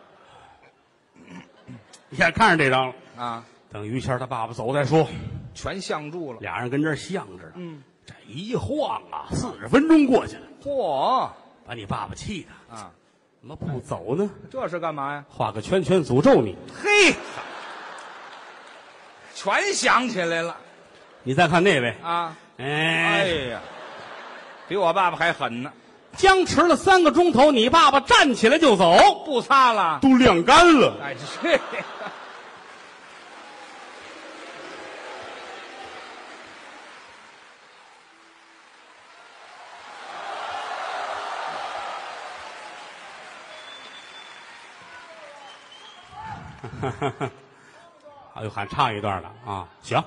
也看上这张了。
啊，
等于谦儿他爸爸走再说，
全相助了。
俩人跟这儿像着呢。
嗯，
这一晃啊，四十分钟过去了，
嚯
把你爸爸气的，
啊，
怎么不走呢？
这是干嘛呀？
画个圈圈诅咒你。
嘿，全想起来了
你再看那位，
啊！哎
哎，
呀，比我爸爸还狠呢，
僵持了三个钟头，你爸爸站起来就走，
不擦了。
都晾干了。
哎，去，
哎呦，喊唱一段了啊！行，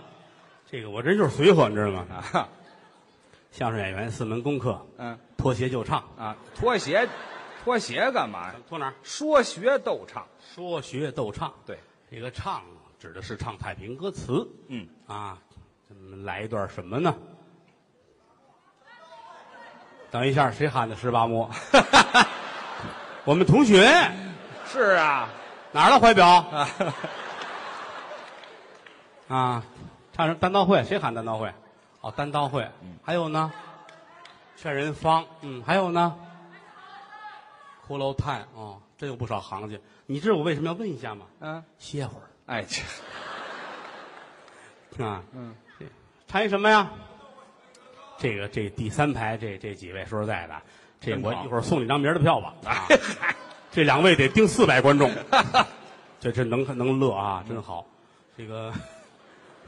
这个我这就是随和，你知道吗？
啊，
相声演员四门功课，
嗯
脱鞋就唱，
啊，脱鞋，脱鞋干嘛呀？
脱哪儿？
说学逗唱，
说学逗唱。
对，
这个唱指的是唱太平歌词
嗯，
啊。咱们来一段什么呢？等一下，谁喊的十八摸？ 我们同学
是啊，
哪儿了？怀表
啊，
啊，唱什单刀会？谁喊单刀会？哦，单刀会。还有呢？劝人方。嗯，还有呢？骷髅炭。哦，真有不少行家。你知道我为什么要问一下吗？
嗯，
歇会儿。
哎，这
啊，
嗯，
唱一什么呀？这个这第三排这这几位，说实在的，这
真
我
好
一会儿送你张明儿的票吧。 啊，
哎
这两位得盯四百观众， 这这能能乐啊，真好。这个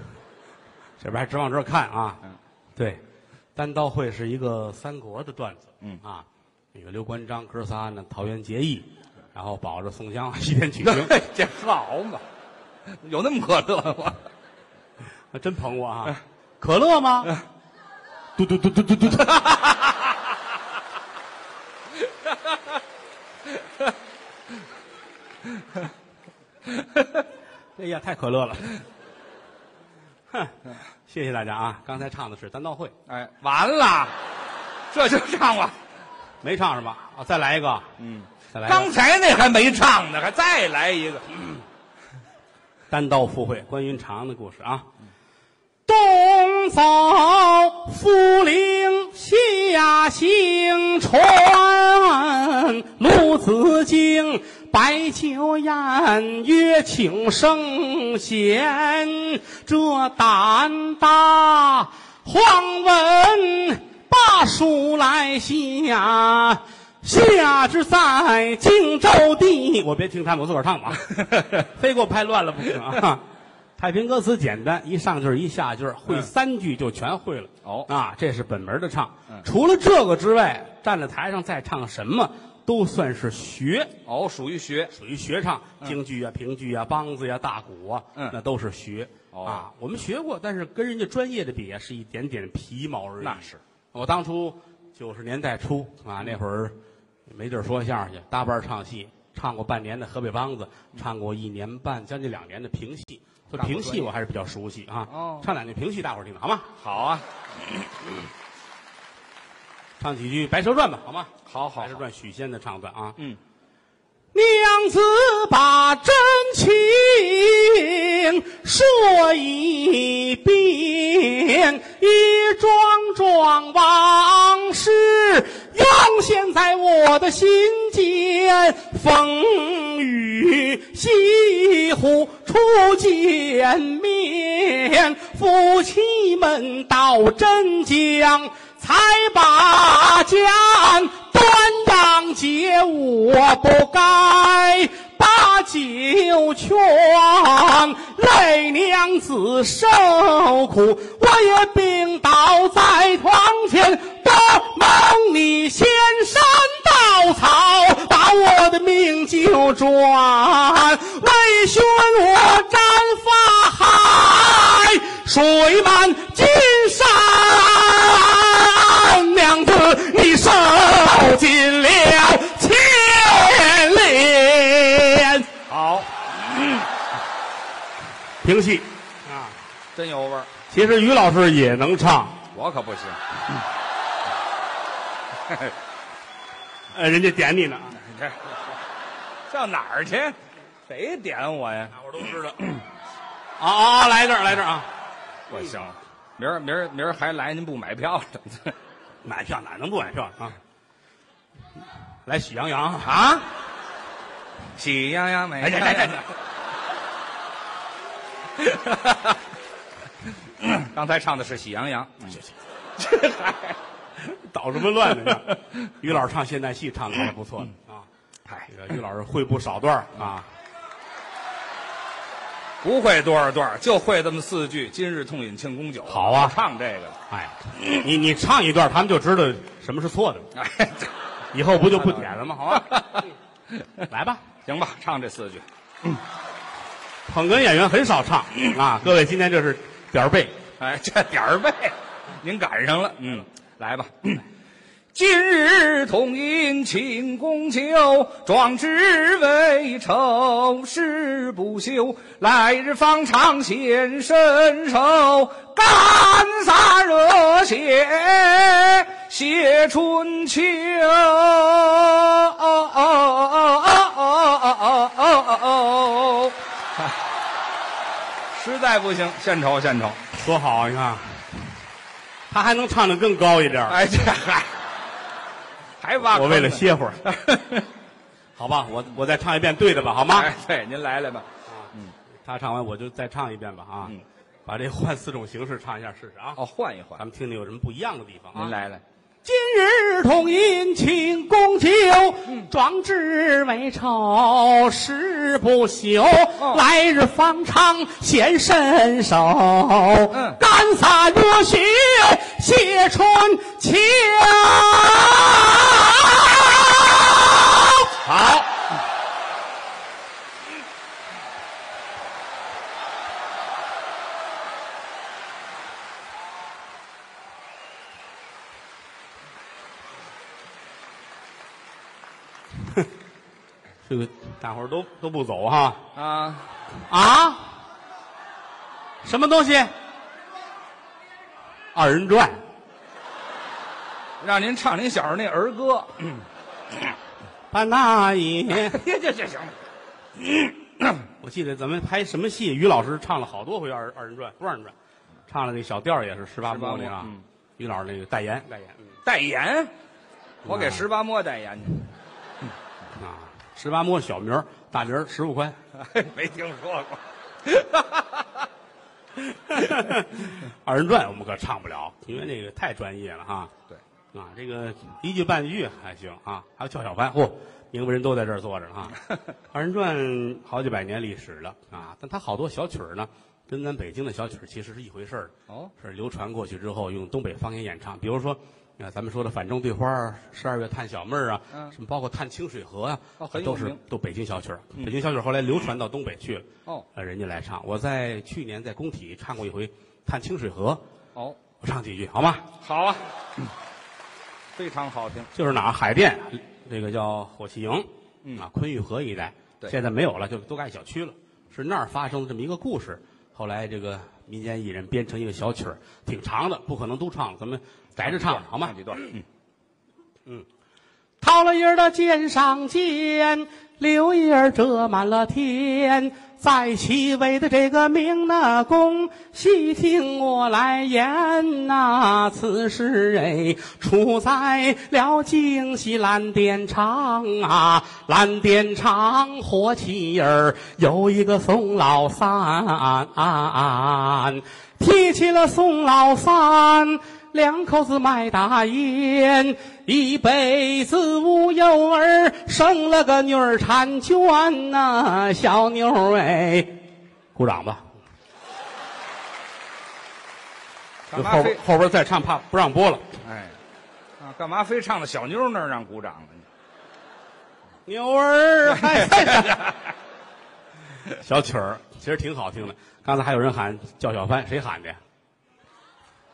这边还直往这儿看啊。
嗯，
对，单刀会是一个三国的段子。
嗯
啊，那个刘关张哥仨呢，桃园结义，然后保着宋江 西天取 经，
嗨这好嘛，有那么可乐吗？
还真捧我
嗯
啊！可乐吗？嘟嘟嘟嘟嘟嘟嘟。 哎呀，太可乐了！哼，谢谢大家啊！刚才唱的是单刀会，
哎，嗯完了，这就唱了。
没唱是吧？啊，再来一个，
嗯，
再来一个
刚才那还没唱呢，还再来一个。
单刀赴会关云长的故事啊。东走福陵下行船，鲁子敬白酒宴约请圣贤，这胆大黄文把书来下。下之在荆州地，我别听他们，我自个儿唱吧，非给我拍乱了不行啊！太平歌词简单，一上句儿一下句儿，会
嗯
三句就全会了。
哦
啊，这是本门的唱
嗯。
除了这个之外，站在台上再唱什么都算是学，
哦，属于学，
属于学唱，京剧啊、评剧啊、梆子呀、大鼓啊，
嗯
那都是学。
哦
啊，我们学过，但是跟人家专业的比啊，是一点点皮毛而已。
那是。嗯
我当初九十年代初啊，那会儿没地儿说相声去，搭班唱戏，唱过半年的河北梆子，
嗯
唱过一年半，将近两年的评戏。说
干过
评
专
戏
业
我还是比较熟悉啊，
哦
唱两句评戏，大伙儿听听好吗？
好啊，
唱几句《白蛇传》吧，好吗？
好
白蛇传》许仙的唱段啊。
嗯，
娘子把真情说一遍，一桩桩往事涌现在我的心间。风雨西湖初见面，夫妻们到镇江，才把家端让姐，我不该把酒劝，泪娘子受苦，我也病倒在床前，多蒙你仙山稻草把我的命救转，为宣我斩法海，水满金山，娘子你受尽了牵连。
好，
平戏，
真有味儿，
其实于老师也能唱，
我可不行。
呃，人家点你呢，
这上哪儿去？谁点我呀？
我都知道。 啊啊，来这儿，来这儿啊！
不行，明儿明儿明儿还来，您不买票了
买票哪能不买票啊？来喜羊羊啊！
啊？喜羊羊美
哎
羊
这
羊，
这这，哎
刚才唱的是喜羊羊，嗯
捣什么乱 呢？于老师唱现代戏唱的还不错呢啊！
嗨
这，个于老师会不少段儿啊，
不会多少段儿，就会这么四句：“今日痛饮庆功酒。”
好啊
唱这个的。
哎，你你唱一段，他们就知道什么是错的了，
哎，这
以后不就不点了吗？好 啊吧， 来吧。
行吧，唱这四句。
捧哏演员很少唱啊，各位今天这是点儿背，
哎，这点儿背，您赶上了。嗯，来吧。今日同饮庆功酒，壮志未酬誓不休。来日方长显身手，干洒热血写春秋。 实在不行，献丑献丑。
多好啊！你看，他还能唱的更高一点儿，
哎，这还还挖坑
我
呢
为了歇会儿，
哎
好吧，我我再唱一遍对的吧，好吗？
哎，对，您来来吧。
他唱完我就再唱一遍吧啊
嗯，
把这换四种形式唱一下试试啊，
哦，换一
咱
换，
们听听有什么不一样的地方啊。
您来来。
今日同饮庆功酒，
嗯
壮志未酬誓不休。
哦
来日方长显身手，
嗯
干洒热血写春秋。 好，这个大伙儿都都不走哈
啊，
啊？什么东西？二人转。
让您唱您小时候那儿歌。
把那一，
这这这行了，
我记得咱们拍什么戏，于老师唱了好多回二二人转，不是二人转，唱了那小调儿也是十八摸那
摸
啊
嗯。
于老师那个代言，代言
代言，我给
啊
十八摸代言去。
啊，十八摸小名儿，大名十五块。
哎 没听说过。
二人转我们可唱不了，因为那个太专业了哈。
对，
啊，这个一句半句还行啊，还有叫小潘，嚯、明白人都在这儿坐着呢 啊。二人转好几百年历史了啊，但它好多小曲儿呢，跟咱北京的小曲儿其实是一回事儿。
哦，
是流传过去之后用东北方言演唱，比如说。啊，咱们说的反正对花儿、十二月探小妹儿啊，
嗯
什么包括探清水河啊，
哦很有
都是
名嗯
都北京小曲儿。北京小曲儿后来流传到东北去了，
哦
呃，人家来唱。我在去年在工体唱过一回《探清水河》，
哦，
我唱几句好吗？
好啊，非常好听。
就是哪儿海淀，这个叫火器营，啊，昆玉河一带，
对
现在没有了，就都盖小区了。是那儿发生的这么一个故事，后来这个民间艺人编成一个小曲儿，
嗯
挺长的，不可能都唱了，咱们逮着唱好吗
唱？几段？嗯
《桃了叶儿的肩上肩，柳叶儿遮满了天。在其位的这个明那公，细听我来言呐、此事哎，出在了京西蓝靛厂啊，蓝靛厂火器儿有一个宋老三。提起了宋老三，两口子卖大烟，一辈子无幼儿，生了个女儿婵娟呐、小妞儿哎，鼓掌吧。
嗯干
嗯后
嘛
边
非
后边再唱怕不让播了。
哎，啊，干嘛非唱到小妞那儿让鼓掌呢？
妞 儿，
哎
小曲儿其实挺好听的。刚才还有人喊叫小帆，谁喊的呀？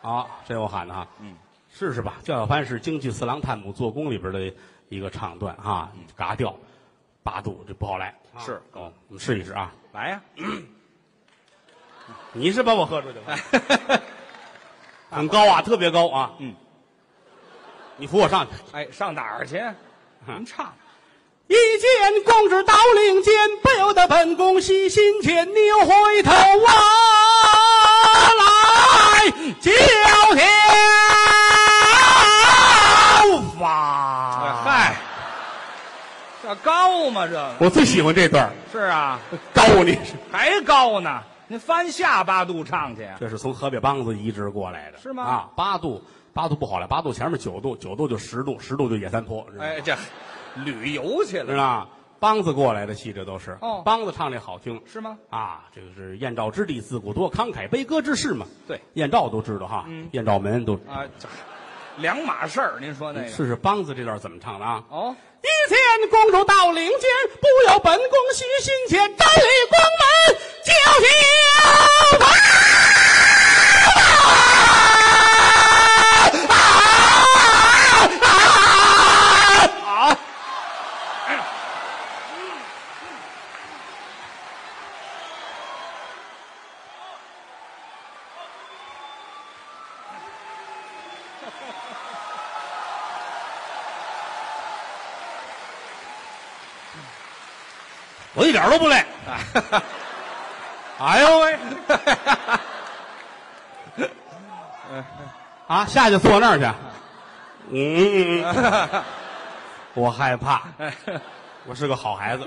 啊，这我喊的啊。
嗯，
试试吧。叫小帆是京剧《四郎探母做工》里边的一个唱段啊，嘎调，八度这不好来。啊
是
哦，我们试一试啊。
来呀、
你是把我喝出去了， 很高啊，特别高啊。
嗯，
你扶我上去。
哎，上哪儿去？
啊
您唱，
一见公子到领间，不由得本宫喜心间，扭回头啊来叫天
哎
法。
嗨，这高吗？这个
我最喜欢这段儿
是 啊，
高你是？
还高呢。您翻下八度唱去，啊
这是从河北梆子移植过来的，
是吗
啊，八度，八度不好了，八度前面九度，九度就十度，十度就野三坡，知道吗
哎，这啊旅游去
知
了
道吗？梆子过来的戏，这都是
哦
梆子唱这好听
是吗？
啊，这个是燕赵之地，自古多慷慨悲歌之士嘛。
对，
燕赵都知道哈，
嗯
燕赵门都。
啊，这两码事儿。您说那个
试试梆子这段怎么唱的啊？
哦，
一见公主到领间，不由本宫喜心间，站立宫门叫天
好，
我一点都不累。哎呦喂！啊，下去坐那儿去。嗯，我害怕，我是个好孩子，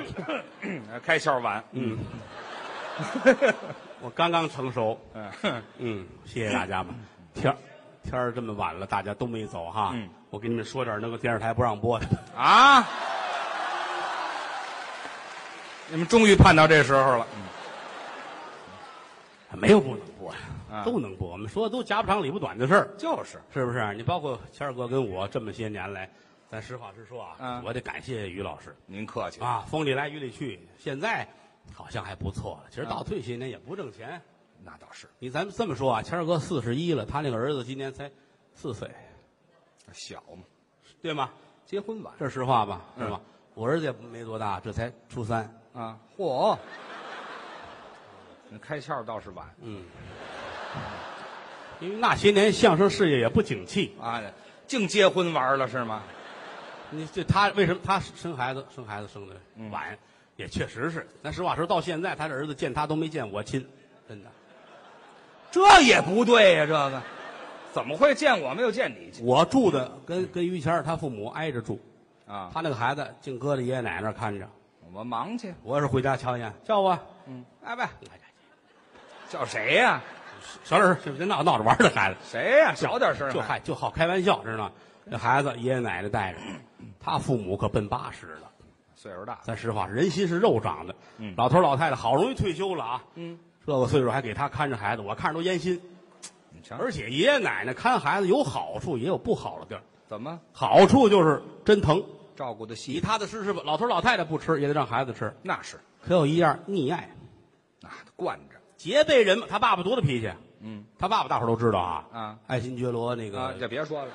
开窍晚，嗯，
我刚刚成熟。
嗯，
嗯，谢谢大家吧。天儿天儿这么晚了，大家都没走哈。
嗯
我给你们说点儿那个电视台不让播的。
啊！你们终于盼到这时候了，
没有不能播呀、
啊
都能播。我们说的都家不长理不短的事儿，
嗯就是
是不是？你包括谦儿哥跟我这么些年来，咱实话实说啊，
嗯
我得感谢于老师
您客气，
啊，风里来雨里去，现在好像还不错了。其实倒退些年也不挣钱。
那倒是
你咱们这么说啊，谦儿哥四十一了，他那个儿子今年才四岁，
小嘛，
对吗？
结婚晚
这是实话吧？是吧？我儿子也没多大，这才初三。
啊，嚯！那开窍倒是晚
因为那些年相声事业也不景气，
啊，净结婚玩了是吗？
你这他为什么他生孩子生孩子生的晚，也确实是。咱实话说，到现在他的儿子见他都没见我亲，真的。
这也不对呀、这个怎么会见我没有见你去
我住的跟跟于谦儿他父母挨着住，
啊？
他那个孩子净搁在爷爷奶奶那儿看着。
我忙去，
我要是回家瞧一眼，叫我，
嗯，哎喂，
哎呀
叫谁呀、
小点声，别闹闹着玩儿的孩子，
谁呀、小点声、啊，
就嗨就好开玩笑，知道吗？这孩子爷爷奶奶带着，他父母可奔八十了。
岁数大，
咱实话，人心是肉长的。
嗯
老头老太太好容易退休了啊，
嗯，
这个岁数还给他看着孩子，我看着都烟心。
你瞧，
而且爷爷奶奶看孩子有好处，也有不好的地儿。
怎么
好处就是真疼，
照顾的
你
细？
踏踏实实吧。老头老太太不吃，也得让孩子吃。
那是
可有一样溺爱，
啊，惯着，
结辈人嘛。他爸爸多大脾气？啊
嗯
他爸爸大伙儿都知道啊。
啊
爱新觉罗那
啊，
个，
就别说了，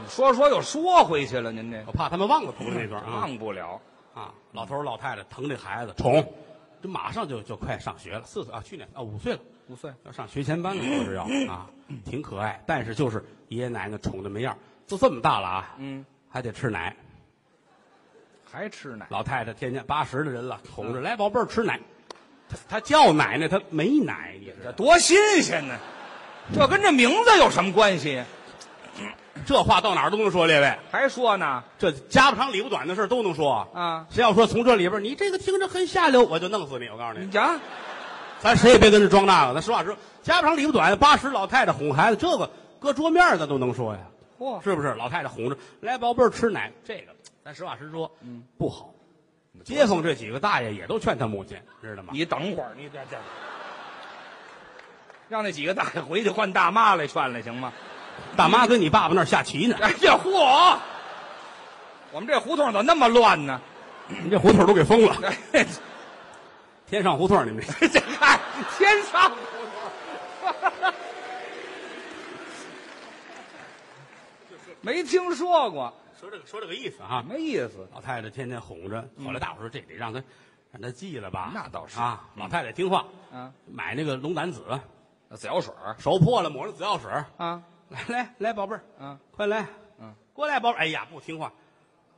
你说说又说回去了，您这
我怕他们忘了头的那段啊
忘不了
啊！老头老太太疼这孩子，宠，这马上就就快上学了，四岁啊，去年啊五岁了。
五岁，
要上学前班了，我是要 啊，挺可爱，但是就是爷爷奶奶宠的没样儿，都这么大了啊，
嗯，
还得吃奶，
还吃奶，
老太太天天八十的人了，
嗯
哄着来宝贝儿吃奶，她她叫奶奶，她没奶，你知道
这多新鲜呢！这跟这名字有什么关系？
这话到哪儿都能说，列位，
还说呢？
这家不长理不短的事儿都能说
啊
谁要说从这里边儿你这个听着很下流，我就弄死你！我告诉你
你，讲，
咱谁也别跟着装那个。咱实话实说，家不长理不短，八十老太太哄孩子，这个搁桌面儿咱都能说呀，
嚯
是不是？老太太哄着来宝贝儿吃奶，这个咱实话实说，嗯，不好。街坊这几个大爷也都劝他母亲，知道吗？
你等会儿，你这这，让那几个大爷回去换大妈来劝来行吗？
大妈跟你爸爸那儿下棋呢，
哎呀，嚯！我们这胡同怎么那么乱呢？
你这胡同都给封了，
哎
天上胡同你们这。
这嗨，天上胡同。没听说过，
说这个说这个意思啊，
没意思。
老太太天天哄着，后来大伙儿说这得让她让她记了吧，
那倒是
啊，老太太听话，
啊，
买那个龙胆子，
紫药水儿
手破了抹上紫药水儿，
啊，
来来来，宝贝儿，
啊，
快来，
嗯，
过来，宝贝儿，哎呀，不听话，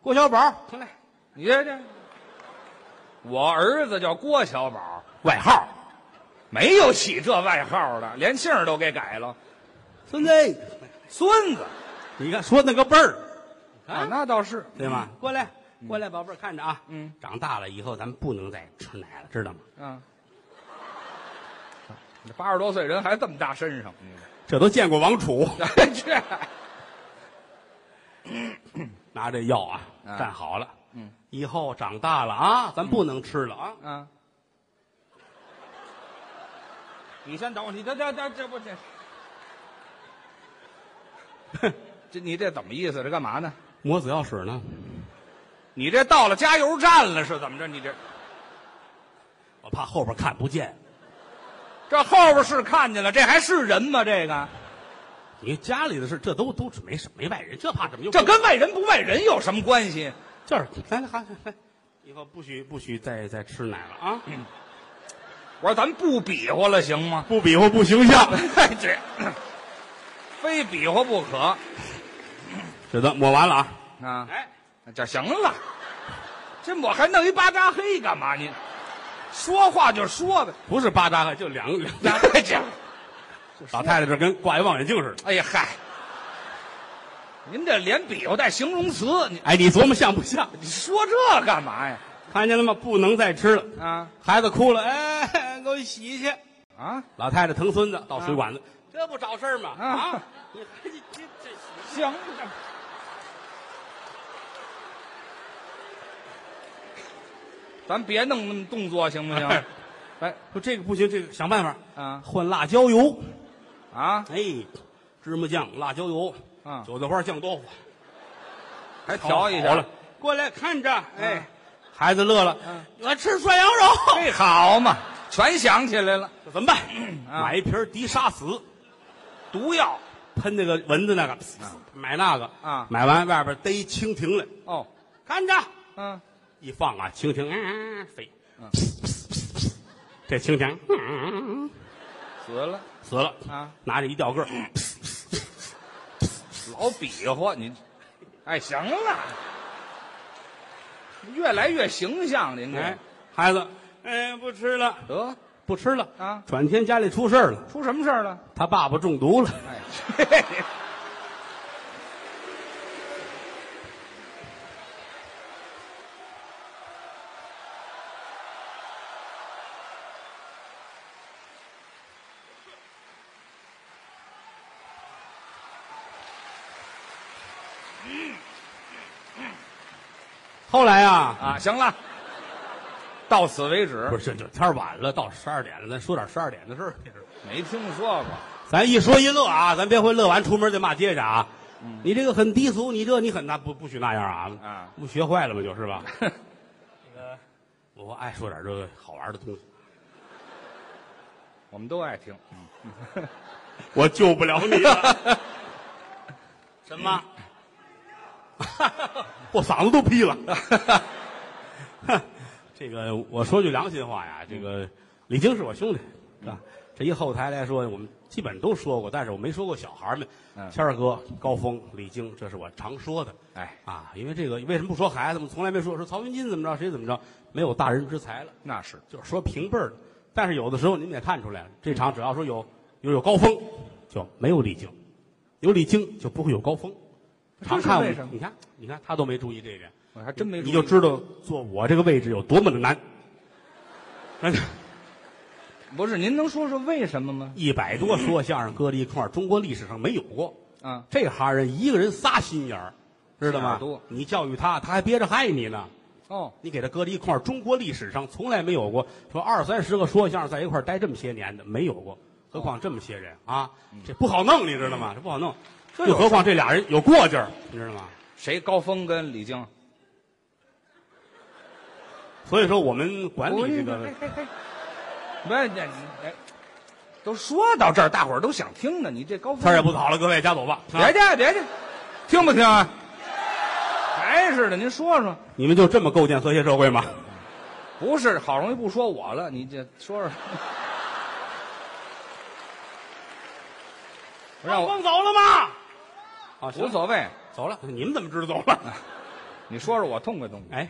郭小宝儿，快来，
你这这，我儿子叫郭小宝，
外号
没有起这外号的，连姓儿都给改了，
孙子，
孙子
你看说那个辈儿，
啊，那倒是
对吗？嗯过来，过来，宝贝儿，看着啊，
嗯，
长大了以后咱们不能再吃奶了，知道吗？
啊。你八十多岁人还这么大身上， 你
这都见过王楚，
这这
拿这药啊，
啊
站好了，
嗯，
以后长大了啊，咱不能吃了啊。
啊！你先等我，你这这这这不这， 这你这怎么意思？这干嘛呢？
抹紫药水呢？
你这到了加油站了是怎么着？你这
我怕后边看不见。
这后边是看见了，这还是人吗？这个
你家里的事，这都都是没什没外人，这怕什么？
这跟外人不外人有什么关系？
就是来来来来，以后不许不许再再吃奶了啊！
我说咱不比划了行吗？
不比划不形象，
哎， 这非比划不可
这都抹完了啊！
啊！
哎，
这行了，这我还弄一巴扎黑干嘛？你说话就说呗。
不是巴扎，就两两家。
这样，
老太太这跟挂一望远镜似的。
哎呀嗨，您这连比划带形容词，你
哎，你琢磨像不像？
你说这干嘛呀？
看见了吗？不能再吃了。
啊
孩子哭了，哎，给我洗去。
啊，
老太太疼孙子，到水管子，这不找事儿吗？
啊
啊， 你还你这这
行，咱别弄那么动作行不行？哎
说这个不行，这个想办法
啊
换辣椒油。
啊，
哎，啊芝麻酱、辣椒油，
嗯
韭菜花酱豆腐，
还调一下
好了，。过来看着，哎，孩子乐了，
嗯
我吃涮羊肉，
这好嘛，全想起来了，
这怎么办？
啊
买一瓶敌杀死，
毒药
喷那个蚊子那个，买那个
啊
买完外边逮蜻蜓来，
哦，
嗯看着
嗯，
一放啊，蜻蜓啊飞，这蜻蜓嗯
死了
死了，
啊，
拿着一吊个儿，
老比划你，哎，行了，越来越形象了，您这
哎，孩子，哎，不吃了，
得
不吃了
啊
转天家里出事儿了，
出什么事儿了？
他爸爸中毒了。
哎，
后来啊，
啊，行了，到此为止
不，是这就天儿晚了，到十二点了，咱说点十二点的事儿。
没听说过。
咱一说一乐啊，咱别会乐完出门再骂街去啊。你这个很低俗，你这你很那不不许那样啊！
啊
不学坏了吗？就是吧。这个我爱说点这个好玩的东西，
我们都爱听，
我救不了你了。 什么？ 我嗓子都劈 了。这个我说句良心话呀，这个李菁是我兄弟，是吧？这一后台来说，我们基本都说过，但是我没说过小孩儿们。
嗯
谦儿哥、高峰、李菁，这是我常说的。
哎，
啊，因为这个为什么不说孩子们？从来没说说曹云金怎么着，谁怎么着，没有大人之才了，
那是
就是说平辈儿的。但是有的时候你们也看出来了，这场只要说有有有高峰，就没有李菁；有李菁就不会有高峰。常看我
这是为什
们，
么
你看，你看他都没注意这一点，
我还真没注
你
意
就知道坐我这个位置有多么的难。
不是？您能说说为什么吗？
一百多说相声搁在一块儿，中国历史上没有过。
啊，
这行人一个人仨心眼儿，知道
心眼
吗
儿多？
你教育他，他还憋着害你呢。
哦，
你给他搁在一块儿，中国历史上从来没有过说二三十个说相声在一块儿待这么些年的，没有过。何况这么些人啊，这不好弄，你知道吗？这不好弄。
这
更
有
何况这俩人有过劲儿，你知道吗？
谁？高峰跟李菁？
所以说我们管理这
不
个
是，不是，这哎都说到这儿，大伙儿都想听呢。你这高峰
词儿也不早了，各位家走吧。啊
别去，别去，听不听啊？还是的，您说说，
你们就这么构建和谐社会吗？
不是好容易不说我了，你这说说，让我
放走了吗？啊，行
无，所谓，
走了。你们怎么知道走了？
你说说我痛快痛快。
哎，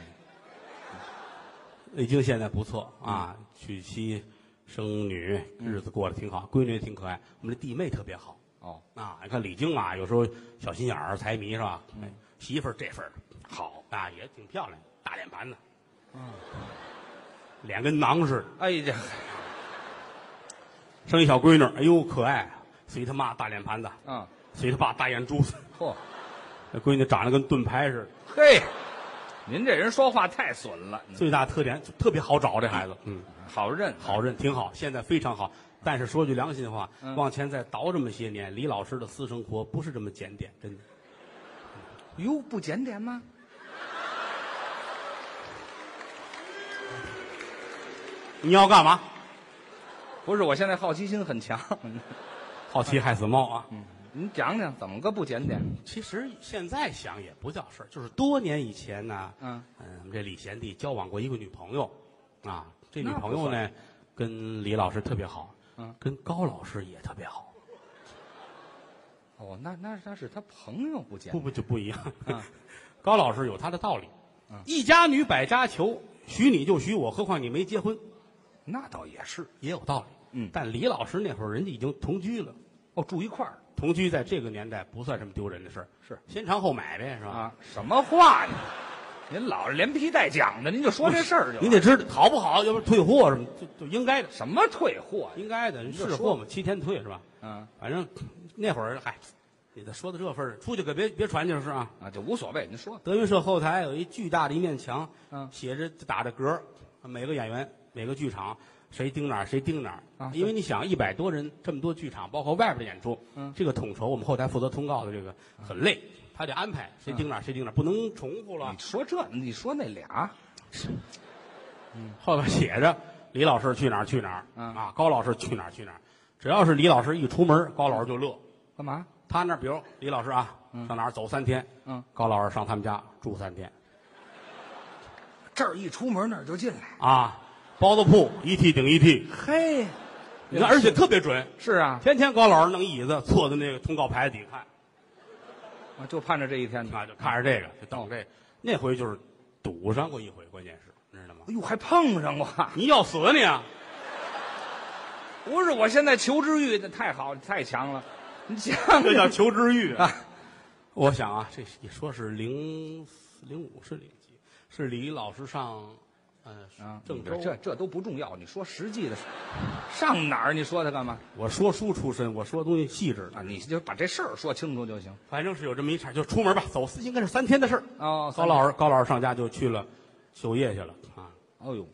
北京哎现在不错啊，娶妻生女，日子过得挺好，闺女也挺可爱，我们这弟妹特别好
哦，
啊。你看李菁啊，有时候小心眼儿、财迷是吧？哎，媳妇儿这份儿好嗯啊，也挺漂亮，大脸盘子，脸跟囊似的。
哎呀，
生一小闺女儿，哎呦可爱，随他妈大脸盘子，
啊，
随他爸大眼珠子，
嚯，
那闺女长得跟盾牌似的。
嘿，您这人说话太损了，
最大特点就特别好找，这孩子，嗯。
好认，啊
好认挺好，现在非常好。但是说句良心话，
嗯
往前再倒这么些年，李老师的私生活不是这么检点，真的。
哟，不检点吗？
你要干嘛？
不是，我现在好奇心很强，
好奇害死猫啊！
您讲讲怎么个不检点？
其实现在想也不叫事儿，就是多年以前呢，呃
嗯
我们这李贤弟交往过一个女朋友，啊，这女
那不
朋友呢
算，
跟李老师特别好，
嗯
跟高老师也特别好，
哦，那那那是他朋友不检
不
点，
不就不一样。
嗯
高老师有他的道理，
嗯
一家女百家求，许你就许我，何况你没结婚。
那倒也是，
也有道理。
嗯
但李老师那会儿人家已经同居了，
哦，住一块儿
同居在这个年代不算什么丢人的事儿，
是
先尝后买呗，是吧？
啊，什么话呢？您老是连批带讲的，您就说这事儿就
你得知道好不好，要不然退货什么就就应该的，
什么退货呀？
应该的，
就是说
货嘛，七天退是吧？
嗯
反正 那会儿，嗨，你再说到这份儿上，出去可别别传就是啊。
啊，就无所谓，您说
德云社后台有一巨大的一面墙，
嗯
写着打着格儿，每个演员每个剧场谁盯哪儿谁盯哪儿
啊
因为你想一百多人这么多剧场，包括外边的演出，
嗯
这个统筹我们后台负责通告的这个很累，他得安排谁盯哪儿谁盯哪儿，不能重复了
你。说这，你说那俩，
后边写着李老师去哪儿去哪儿、
嗯
啊，高老师去哪儿去哪儿，只要是李老师一出门，高老师就乐。
干嘛？
他那儿比如李老师啊，上哪儿走三天，
嗯
高老师上他们家住三天，
这儿一出门那儿就进来，
啊，包子铺一屉顶一屉，
嘿，
你看，而且特别准。
是啊，
天天高老师弄一椅子坐在那个通告牌子底下看，
啊就盼着这一天呢。
啊，就看着这个，就等这个。那回就是堵上过一回，关键是，你知道吗
哎？呦，还碰上过，
你要死你啊！
不是？我现在求知欲那太好太强了，你想
这叫
想
求知欲啊！
啊，
我想啊，这你说是零零五是零几？是李老师上，呃
啊，，
郑州。
这这都不重要，你说实际的，上哪儿？你说他干嘛？
我说书出身，我说东西细致
啊，你就把这事儿说清楚就行。
反正是有这么一茬，就出门吧，走四应该是三天的事儿。
哦，
高老师，高老师上家就去了，就业去了啊。
三天，哦呦，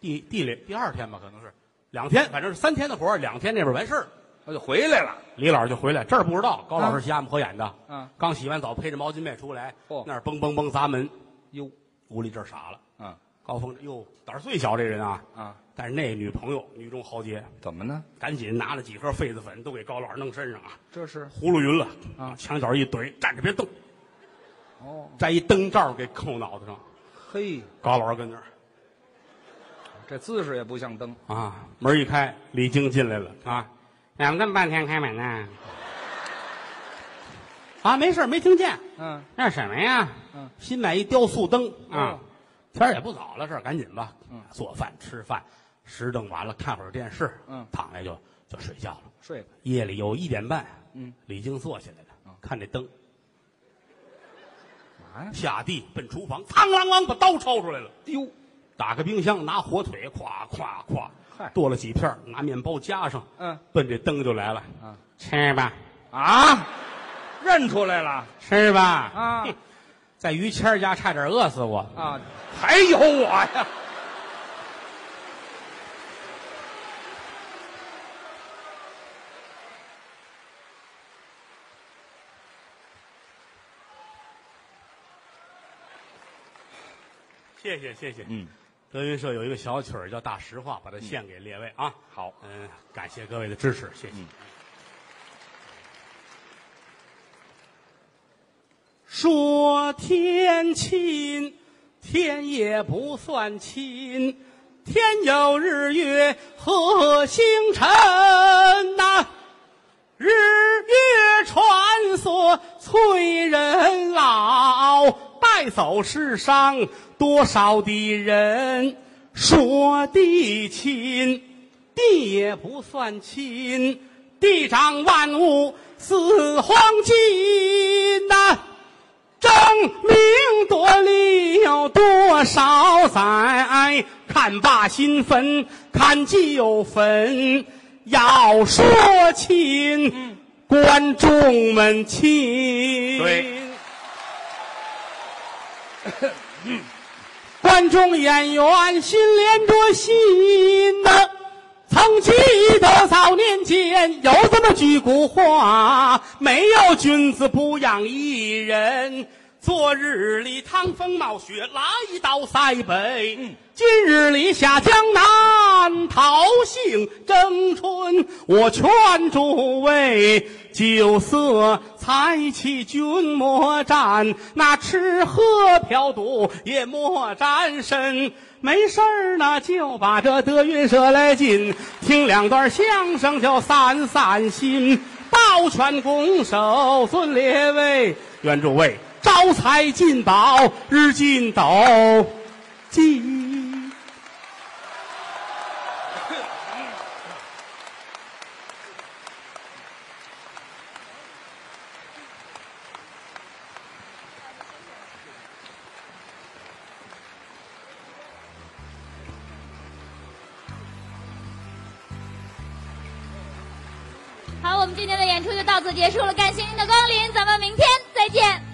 第第里第二天吧，可能是两天，反正是三天的活儿，两天那边完事儿，
我就回来了。
李老师就回来。这儿不知道，高老师
啊
洗按摩眼的，
嗯哦
刚洗完澡，披着毛巾被出来，
嚯
那儿嘣嘣嘣砸门，
哟，
屋里这儿傻了。
啊
高峰，哟，胆儿最小这人啊，
啊，
但是那女朋友女中豪杰，
怎么呢？
赶紧拿了几盒痱子粉都给高老师弄身上啊，
这是
葫芦匀了
啊
墙角一怼，站着别动，
哦，
摘一灯罩给扣脑袋上。
嘿，
高老师跟那儿，
这姿势也不像灯，
啊，门一开，李菁进来了啊，怎么这么半天开门呢？啊，没事儿没听见。
嗯，
那什么呀？
嗯，
新买一雕塑灯啊
哦，
天儿也不早了，这儿赶紧吧。嗯，做饭吃饭，拾饬完了看会儿电视，
嗯
躺下就就睡觉了。
睡吧，
夜里有一点半，
嗯，
李菁坐下来了，看这灯，
嘛呀？
下地奔厨房，苍啷啷把刀抄出来了，
哟，
打开冰箱拿火腿，咵咵咵
嗨，
剁了几片儿，拿面包夹上，
嗯，
奔这灯就来了，
啊
吃吧
啊，认出来了
吃吧
啊
哼在于谦儿家差点饿死我，
啊，还有我呀，
谢谢谢谢，
嗯，
德云社有一个小曲儿叫《大实话》，把它献给列位啊。
好嗯
嗯，感谢各位的支持，谢谢。说天亲，天也不算亲，天有日月和星辰呐、日月穿梭催人老，带走世上多少的人。说地亲，地也不算亲，地长万物似黄金呐、争名夺利有多少载？看罢新坟，看旧坟。要说亲，观众们亲。
对
观众演员心连着心呐、曾记得早年间有这么句古话：没有君子不养艺人。昨日里趟风冒雪来到塞北，今日里下江南桃杏争春。我劝诸位，酒色财气君莫沾，那吃喝嫖赌也莫沾身。没事儿呢，就把这德云社来进，听两段相声就散散心。抱拳拱手，尊列位，愿诸位招财进宝，日进斗金。
好，我们今天的演出就到此结束了，感谢您的光临，咱们明天再见。